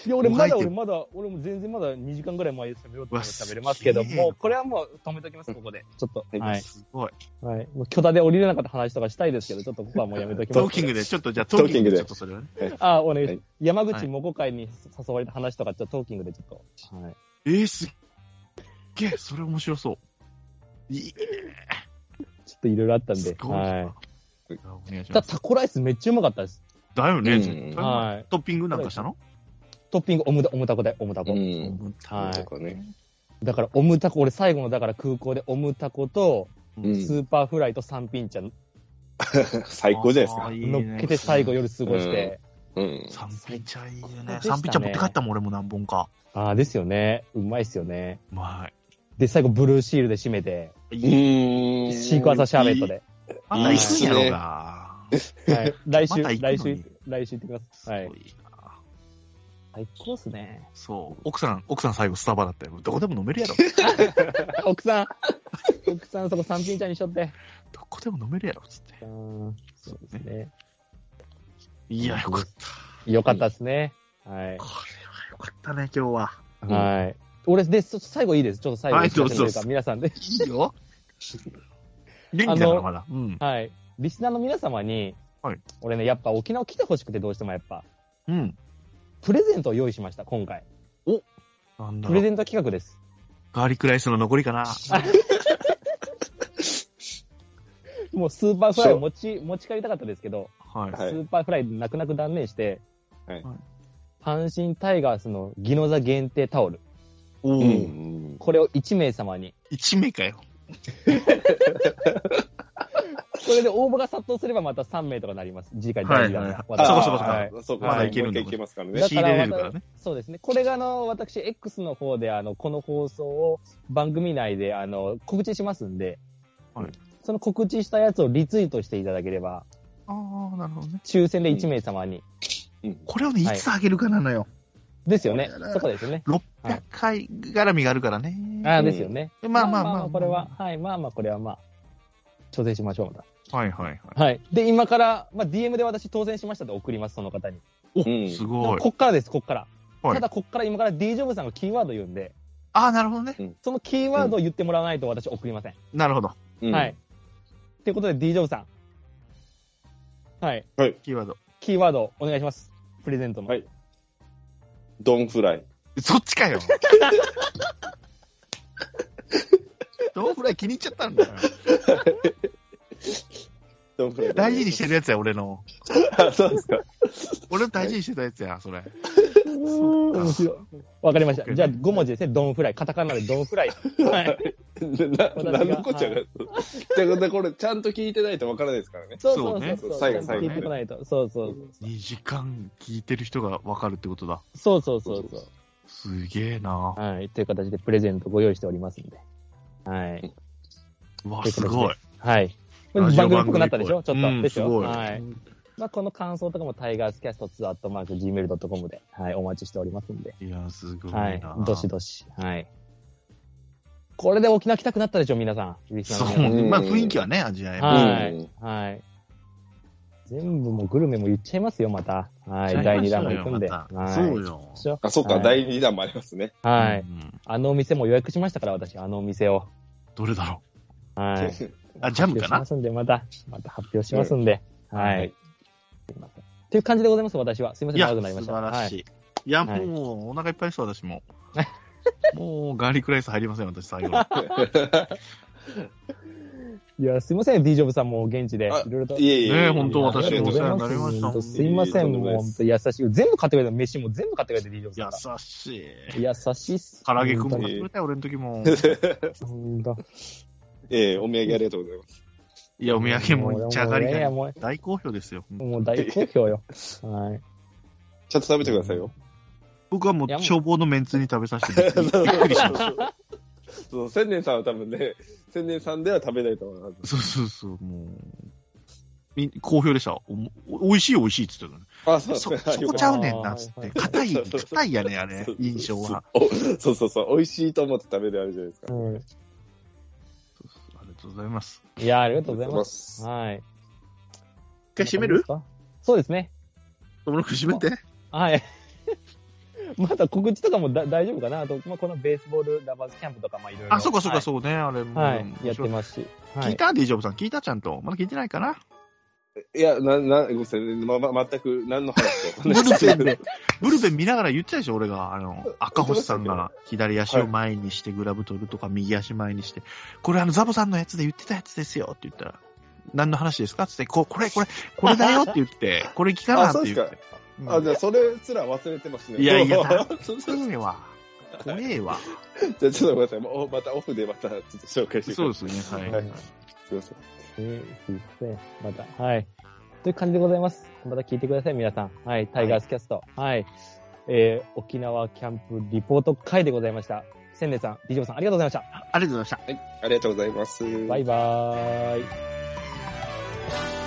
Speaker 1: いや、俺まだ、
Speaker 2: もう入って
Speaker 1: 俺
Speaker 2: る
Speaker 1: まだ、俺も全然まだ2時間ぐらい前に喋ろうと思って喋れます
Speaker 2: う
Speaker 1: け
Speaker 2: わ
Speaker 1: ど、
Speaker 2: すげえ
Speaker 1: もうこれはもう止めときます、ここで。ちょっと。はい。
Speaker 2: すごい。
Speaker 1: はい。もう巨大で降りれなかった話とかしたいですけど、ちょっとここはもうやめときます。
Speaker 2: トーキングで、ちょっとじゃあトーキングで、ち
Speaker 3: ト
Speaker 2: ょ
Speaker 3: ーキング
Speaker 2: っ
Speaker 3: で
Speaker 2: とそれはね。
Speaker 1: ああ、お願いします。
Speaker 3: はい
Speaker 1: 山口もこ会に誘われた話とか、ちょっとトーキングでちょっと。はい。
Speaker 2: えー、すっげえ、それ面白そう。いい、
Speaker 1: ちょっといろいろあったん
Speaker 2: す
Speaker 1: で。
Speaker 2: ごいな。
Speaker 1: はい。
Speaker 2: お願いし
Speaker 1: だだ
Speaker 2: たます。
Speaker 1: タコライスめっちゃうまかったです。
Speaker 2: だよ
Speaker 3: う
Speaker 2: ね、
Speaker 3: ん
Speaker 2: 絶対うまい
Speaker 1: はい。
Speaker 2: トッピングなんかしたの
Speaker 1: トッピング、オムタオムタコで、オムタコ。
Speaker 3: ん。
Speaker 1: はい
Speaker 3: とかね。
Speaker 1: だから、オムタコ、俺最後の、だから空港でオムタコと、
Speaker 2: う
Speaker 3: うん
Speaker 1: ス
Speaker 3: ん。
Speaker 1: ーパーフライと三品茶乗
Speaker 3: 最高じゃないです
Speaker 2: あ
Speaker 3: か
Speaker 2: ー。いいね
Speaker 1: っけて最後夜過ごして。
Speaker 3: うん。
Speaker 2: 三品茶いいよね
Speaker 1: 最。高でしたね
Speaker 2: 三品茶持って帰ったもん、俺も何本か。
Speaker 1: ああ、ですよね。うまいっすよね。
Speaker 2: うま
Speaker 1: で、最後ブルーシールで締めて、
Speaker 2: い。
Speaker 3: うーん
Speaker 1: シークワーサーシャーベット。で。
Speaker 2: また行くんやろうが。
Speaker 1: はい。来週、
Speaker 2: また行くの
Speaker 1: 来
Speaker 2: に
Speaker 1: 週、来週行ってきます。はい
Speaker 2: すご。いな
Speaker 1: 最高っすね。
Speaker 2: そう。奥さん、奥さん最後スタバだったよ。どこでも飲めるや ろ。
Speaker 1: 奥さん、奥さんそこ三品茶にしとって。
Speaker 2: どこでも飲めるやろ、つって。
Speaker 1: そうですね。
Speaker 2: いや、よかった。
Speaker 1: よかったですね。はい。
Speaker 2: これはよかったね、今日は。
Speaker 3: ん
Speaker 1: はい。俺、で、ちょっと最後いいです。ちょっと最後
Speaker 2: はい
Speaker 1: お知らせと
Speaker 2: ど
Speaker 1: いうう
Speaker 2: ぞ
Speaker 1: か、皆さんで。
Speaker 2: いいよ。元気だから、まだ。うん。
Speaker 1: はい。リスナーの皆様に、
Speaker 2: はい
Speaker 1: 俺ね、やっぱ沖縄来てほしくて、どうしてもやっぱ、
Speaker 2: うん。
Speaker 1: プレゼントを用意しました、今回。
Speaker 2: なんだ
Speaker 1: プレ
Speaker 2: ろう。
Speaker 1: ゼント企画です。
Speaker 2: ガーリックライスの残りかな。
Speaker 1: もうスーパーフライを持ち、持ち帰りたかったですけど、
Speaker 2: はい。
Speaker 3: はい
Speaker 1: スーパーフライ泣く泣く断念して、
Speaker 3: はい
Speaker 1: 阪神タイガースのギノザ限定タオル。
Speaker 2: お
Speaker 3: う
Speaker 2: ー。
Speaker 3: ん。
Speaker 1: これを1名様に。
Speaker 2: 一名かよ。
Speaker 1: これで応募が殺到すればまた3名とかなります。次回第2弾。
Speaker 2: はいはいはい
Speaker 1: 私
Speaker 2: そこそこそこ
Speaker 1: はい
Speaker 3: そこ、
Speaker 1: まだい
Speaker 2: けるんだ
Speaker 3: もう一回いけますから
Speaker 1: だ
Speaker 3: ね。
Speaker 2: 仕入れれるからね。
Speaker 1: そうですね。これがあの、私、X の方で、あの、この放送を番組内で、あの、告知しますんで、
Speaker 2: はい
Speaker 1: その告知したやつをリツイートしていただければ、
Speaker 2: ああ、なるほどね。
Speaker 1: 抽選で1名様に。
Speaker 3: うん
Speaker 2: これをね、い
Speaker 1: はい
Speaker 2: つあげるかなのよ。
Speaker 1: ですよね
Speaker 2: これだ。な
Speaker 1: そこですよね。
Speaker 2: 600回絡みがあるからね。
Speaker 1: ああ、ですよね。
Speaker 2: でまあまあまあ
Speaker 1: これは、はい、まあまあ、これはまあ、調整しましょう、ま
Speaker 2: はいはいはい。
Speaker 1: た。はい。で、今から、まあ、DM で私当選しましたって送ります、その方に。
Speaker 2: お、
Speaker 3: うん
Speaker 2: すごい。
Speaker 1: こっからです、こっから。
Speaker 2: はい
Speaker 1: ただ、こっから今から D ジョブさんがキーワード言うんで、
Speaker 2: ああ、なるほどね。
Speaker 1: そのキーワードを言ってもらわないと私送りません。
Speaker 2: なるほど。
Speaker 3: うん
Speaker 1: はい。。ということで、D ジョブさん。はい。
Speaker 2: キーワード。
Speaker 1: キーワードお願いします。プレゼントの。
Speaker 3: はいドンフライ。
Speaker 2: そっち かよ。ドンフライ気に入っちゃったんだよ。
Speaker 3: ドンフライ。
Speaker 2: 大事にしてるやつや、俺の。
Speaker 3: あ、 そうですか。
Speaker 2: 俺の大事にしてたやつや、それ。
Speaker 1: 面白い。わかりました。
Speaker 2: OK
Speaker 1: じゃあ、5文字ですね。ドンフライ。カタカナでドンフライ。はい。
Speaker 3: な、
Speaker 1: 私が
Speaker 3: 何のこっちゃが。じゃあ、これ、ちゃんと聞いてないとわからないですからね。
Speaker 1: そうそうそう
Speaker 3: そ
Speaker 1: そうう。
Speaker 3: ね最後最後ね
Speaker 1: 聞いてこないと。そうそうそう。
Speaker 2: 2時間聞いてる人が分かるってことだ。
Speaker 1: そうそうそうそう。
Speaker 2: すげえな
Speaker 1: はい。という形でプレゼントご用意しておりますんで。はい。
Speaker 2: うわ、
Speaker 1: というこ
Speaker 2: す
Speaker 1: とで
Speaker 2: ごい。
Speaker 1: はい。
Speaker 2: ラ
Speaker 1: 番
Speaker 2: ジオ
Speaker 1: 組っぽくなったでしょちょっと。
Speaker 2: うん
Speaker 1: でし
Speaker 2: す
Speaker 1: ょ
Speaker 2: ごい
Speaker 1: はい。まあ、この感想とかもタイガースキャスト2アットマーク Gmail.com で、はい、お待ちしておりますんで。
Speaker 2: いや、すごいな、
Speaker 1: はい。どしどし。はい。これで沖縄来たくなったでしょ皆さん。リスナ
Speaker 2: そう
Speaker 1: ーの皆さん
Speaker 2: ね。まあ、雰囲気はね、味わいは。
Speaker 1: はい。はい。全部もうグルメも言っちゃいますよ、また。はい。第2弾も行くんで。
Speaker 2: また
Speaker 1: はい。
Speaker 2: そうよ。。
Speaker 1: しよ
Speaker 3: あ、そっか、
Speaker 1: はい
Speaker 3: 第2弾もありますね。
Speaker 1: う。はいう
Speaker 2: ん
Speaker 1: あのお店も予約しましたから、私、あのお店を。
Speaker 2: どれだろ
Speaker 1: はい。
Speaker 2: う。あ、ジャム
Speaker 1: 発表
Speaker 2: か
Speaker 1: しま
Speaker 2: な
Speaker 1: すんで、また、また発表しますんで。はい。
Speaker 3: はい
Speaker 1: すいません。っていう感じでございます、私は。すいませ
Speaker 2: い
Speaker 1: ん、
Speaker 2: や、
Speaker 1: 長くなりま
Speaker 2: 素
Speaker 1: した。
Speaker 2: 晴らし。
Speaker 1: はい
Speaker 2: いや、
Speaker 1: はい
Speaker 2: もう、お腹いっぱいです、私も。もう、ガーリックライス入りません、私、最 後の。
Speaker 1: い。いや、すいません、D ジョブさんも現地で、いろ
Speaker 3: あ
Speaker 1: いろと。
Speaker 3: いえいえ。
Speaker 2: ねえ本当
Speaker 1: あ
Speaker 2: 私
Speaker 1: りがとうご
Speaker 2: もお世
Speaker 1: ざい
Speaker 2: 話に
Speaker 1: ま
Speaker 2: なりま
Speaker 1: す。
Speaker 2: した
Speaker 1: ほんとすいません、もう、ほんと優しい。全部買ってくれた、飯も全部買ってくれた、D ジョブさんが。
Speaker 2: 優しい。
Speaker 1: 優しいっす。
Speaker 2: 唐揚げくんも
Speaker 1: 本当
Speaker 2: 買
Speaker 1: に
Speaker 2: ってくれたよ、俺の時も。
Speaker 1: 本当
Speaker 3: ええ、お土産ありがとうございます。
Speaker 2: いや、お土産もじゃがり
Speaker 1: いやいや
Speaker 2: が
Speaker 1: もう
Speaker 2: 大好評ですよ。
Speaker 1: もう大好評よ。はい。
Speaker 3: ちゃんと食べてくださ いよ。
Speaker 2: 僕はもう
Speaker 1: いやもう
Speaker 2: 消防のメンツに食べさせて もらって、びっくりしました。
Speaker 3: そう、千年さんは多分ね、千年さんでは食べないと思いま
Speaker 2: そ
Speaker 3: す。
Speaker 2: うそうそう、もう。み好評でした。おもお美味しい美味しいって言って
Speaker 3: あ、そ
Speaker 2: た
Speaker 3: う
Speaker 2: そ
Speaker 3: か
Speaker 2: そこ
Speaker 3: よかっ
Speaker 2: ち
Speaker 3: た
Speaker 2: ゃうねんな、つ って。硬い、
Speaker 3: そうそうそう
Speaker 2: 硬いやね、あれ、印象は。
Speaker 3: おそうそうそう、美味しいと思って食べるあれじゃないですか。
Speaker 1: うん
Speaker 2: そうそうありがとうございます。
Speaker 1: いや、ありがとうございます。
Speaker 3: す。
Speaker 1: はい。
Speaker 2: 一回閉める
Speaker 1: そうですね。
Speaker 2: 友野くん閉めて。
Speaker 1: はい。 まだ告知とかもだ大丈夫かなあと、まあ、このベースボールラバーズキャンプとか、まあ、いろいろ。
Speaker 2: あ、そうかそう
Speaker 1: は
Speaker 2: か
Speaker 1: い
Speaker 2: そうね、あれも。
Speaker 1: はい。やってますし。は
Speaker 2: 聞い
Speaker 1: い。
Speaker 2: たディジョブさん聞いたちゃんと。まだ聞いてないかない
Speaker 3: や、な、な、ごめんなさい。ま、ま、全く何の話か
Speaker 2: ブ
Speaker 3: 分かん
Speaker 2: ル
Speaker 3: ない
Speaker 2: ペンで、ブルペン見ながら言ってたでしょ、俺が。あの、赤星さんが左足を前にしてグラブ取るとか、右足前にして、これあの、ザボさんのやつで言ってたやつですよって言ったら、何の話ですかって言って、ここれ、これ、これだよって言って、これ聞かな
Speaker 3: あ、
Speaker 2: って
Speaker 3: そうで
Speaker 2: 言
Speaker 3: す
Speaker 2: っ
Speaker 3: か
Speaker 2: て。。うん
Speaker 3: あ、じゃあ、それすら忘れてますね。
Speaker 2: いやいや
Speaker 3: もう
Speaker 2: な
Speaker 3: じ
Speaker 2: 怖えわ。怖えわ。
Speaker 3: ゃあ、ちょっとごめんなさい。もう、またオフでまた、ちょっと紹介してく
Speaker 2: そう
Speaker 3: だ
Speaker 2: で
Speaker 3: さ
Speaker 2: すね、はい。
Speaker 3: はいい。すいません。
Speaker 1: えーすいません。また。はい。という感じでございます。また聞いてください、皆さん。はい。タイガースキャスト。はい。えー、沖縄キャンプリポート会でございました。千年さん、美女さん、ありがとうございました。
Speaker 2: ありがとうございました。
Speaker 3: ありがとうございます。
Speaker 1: バイバーイ。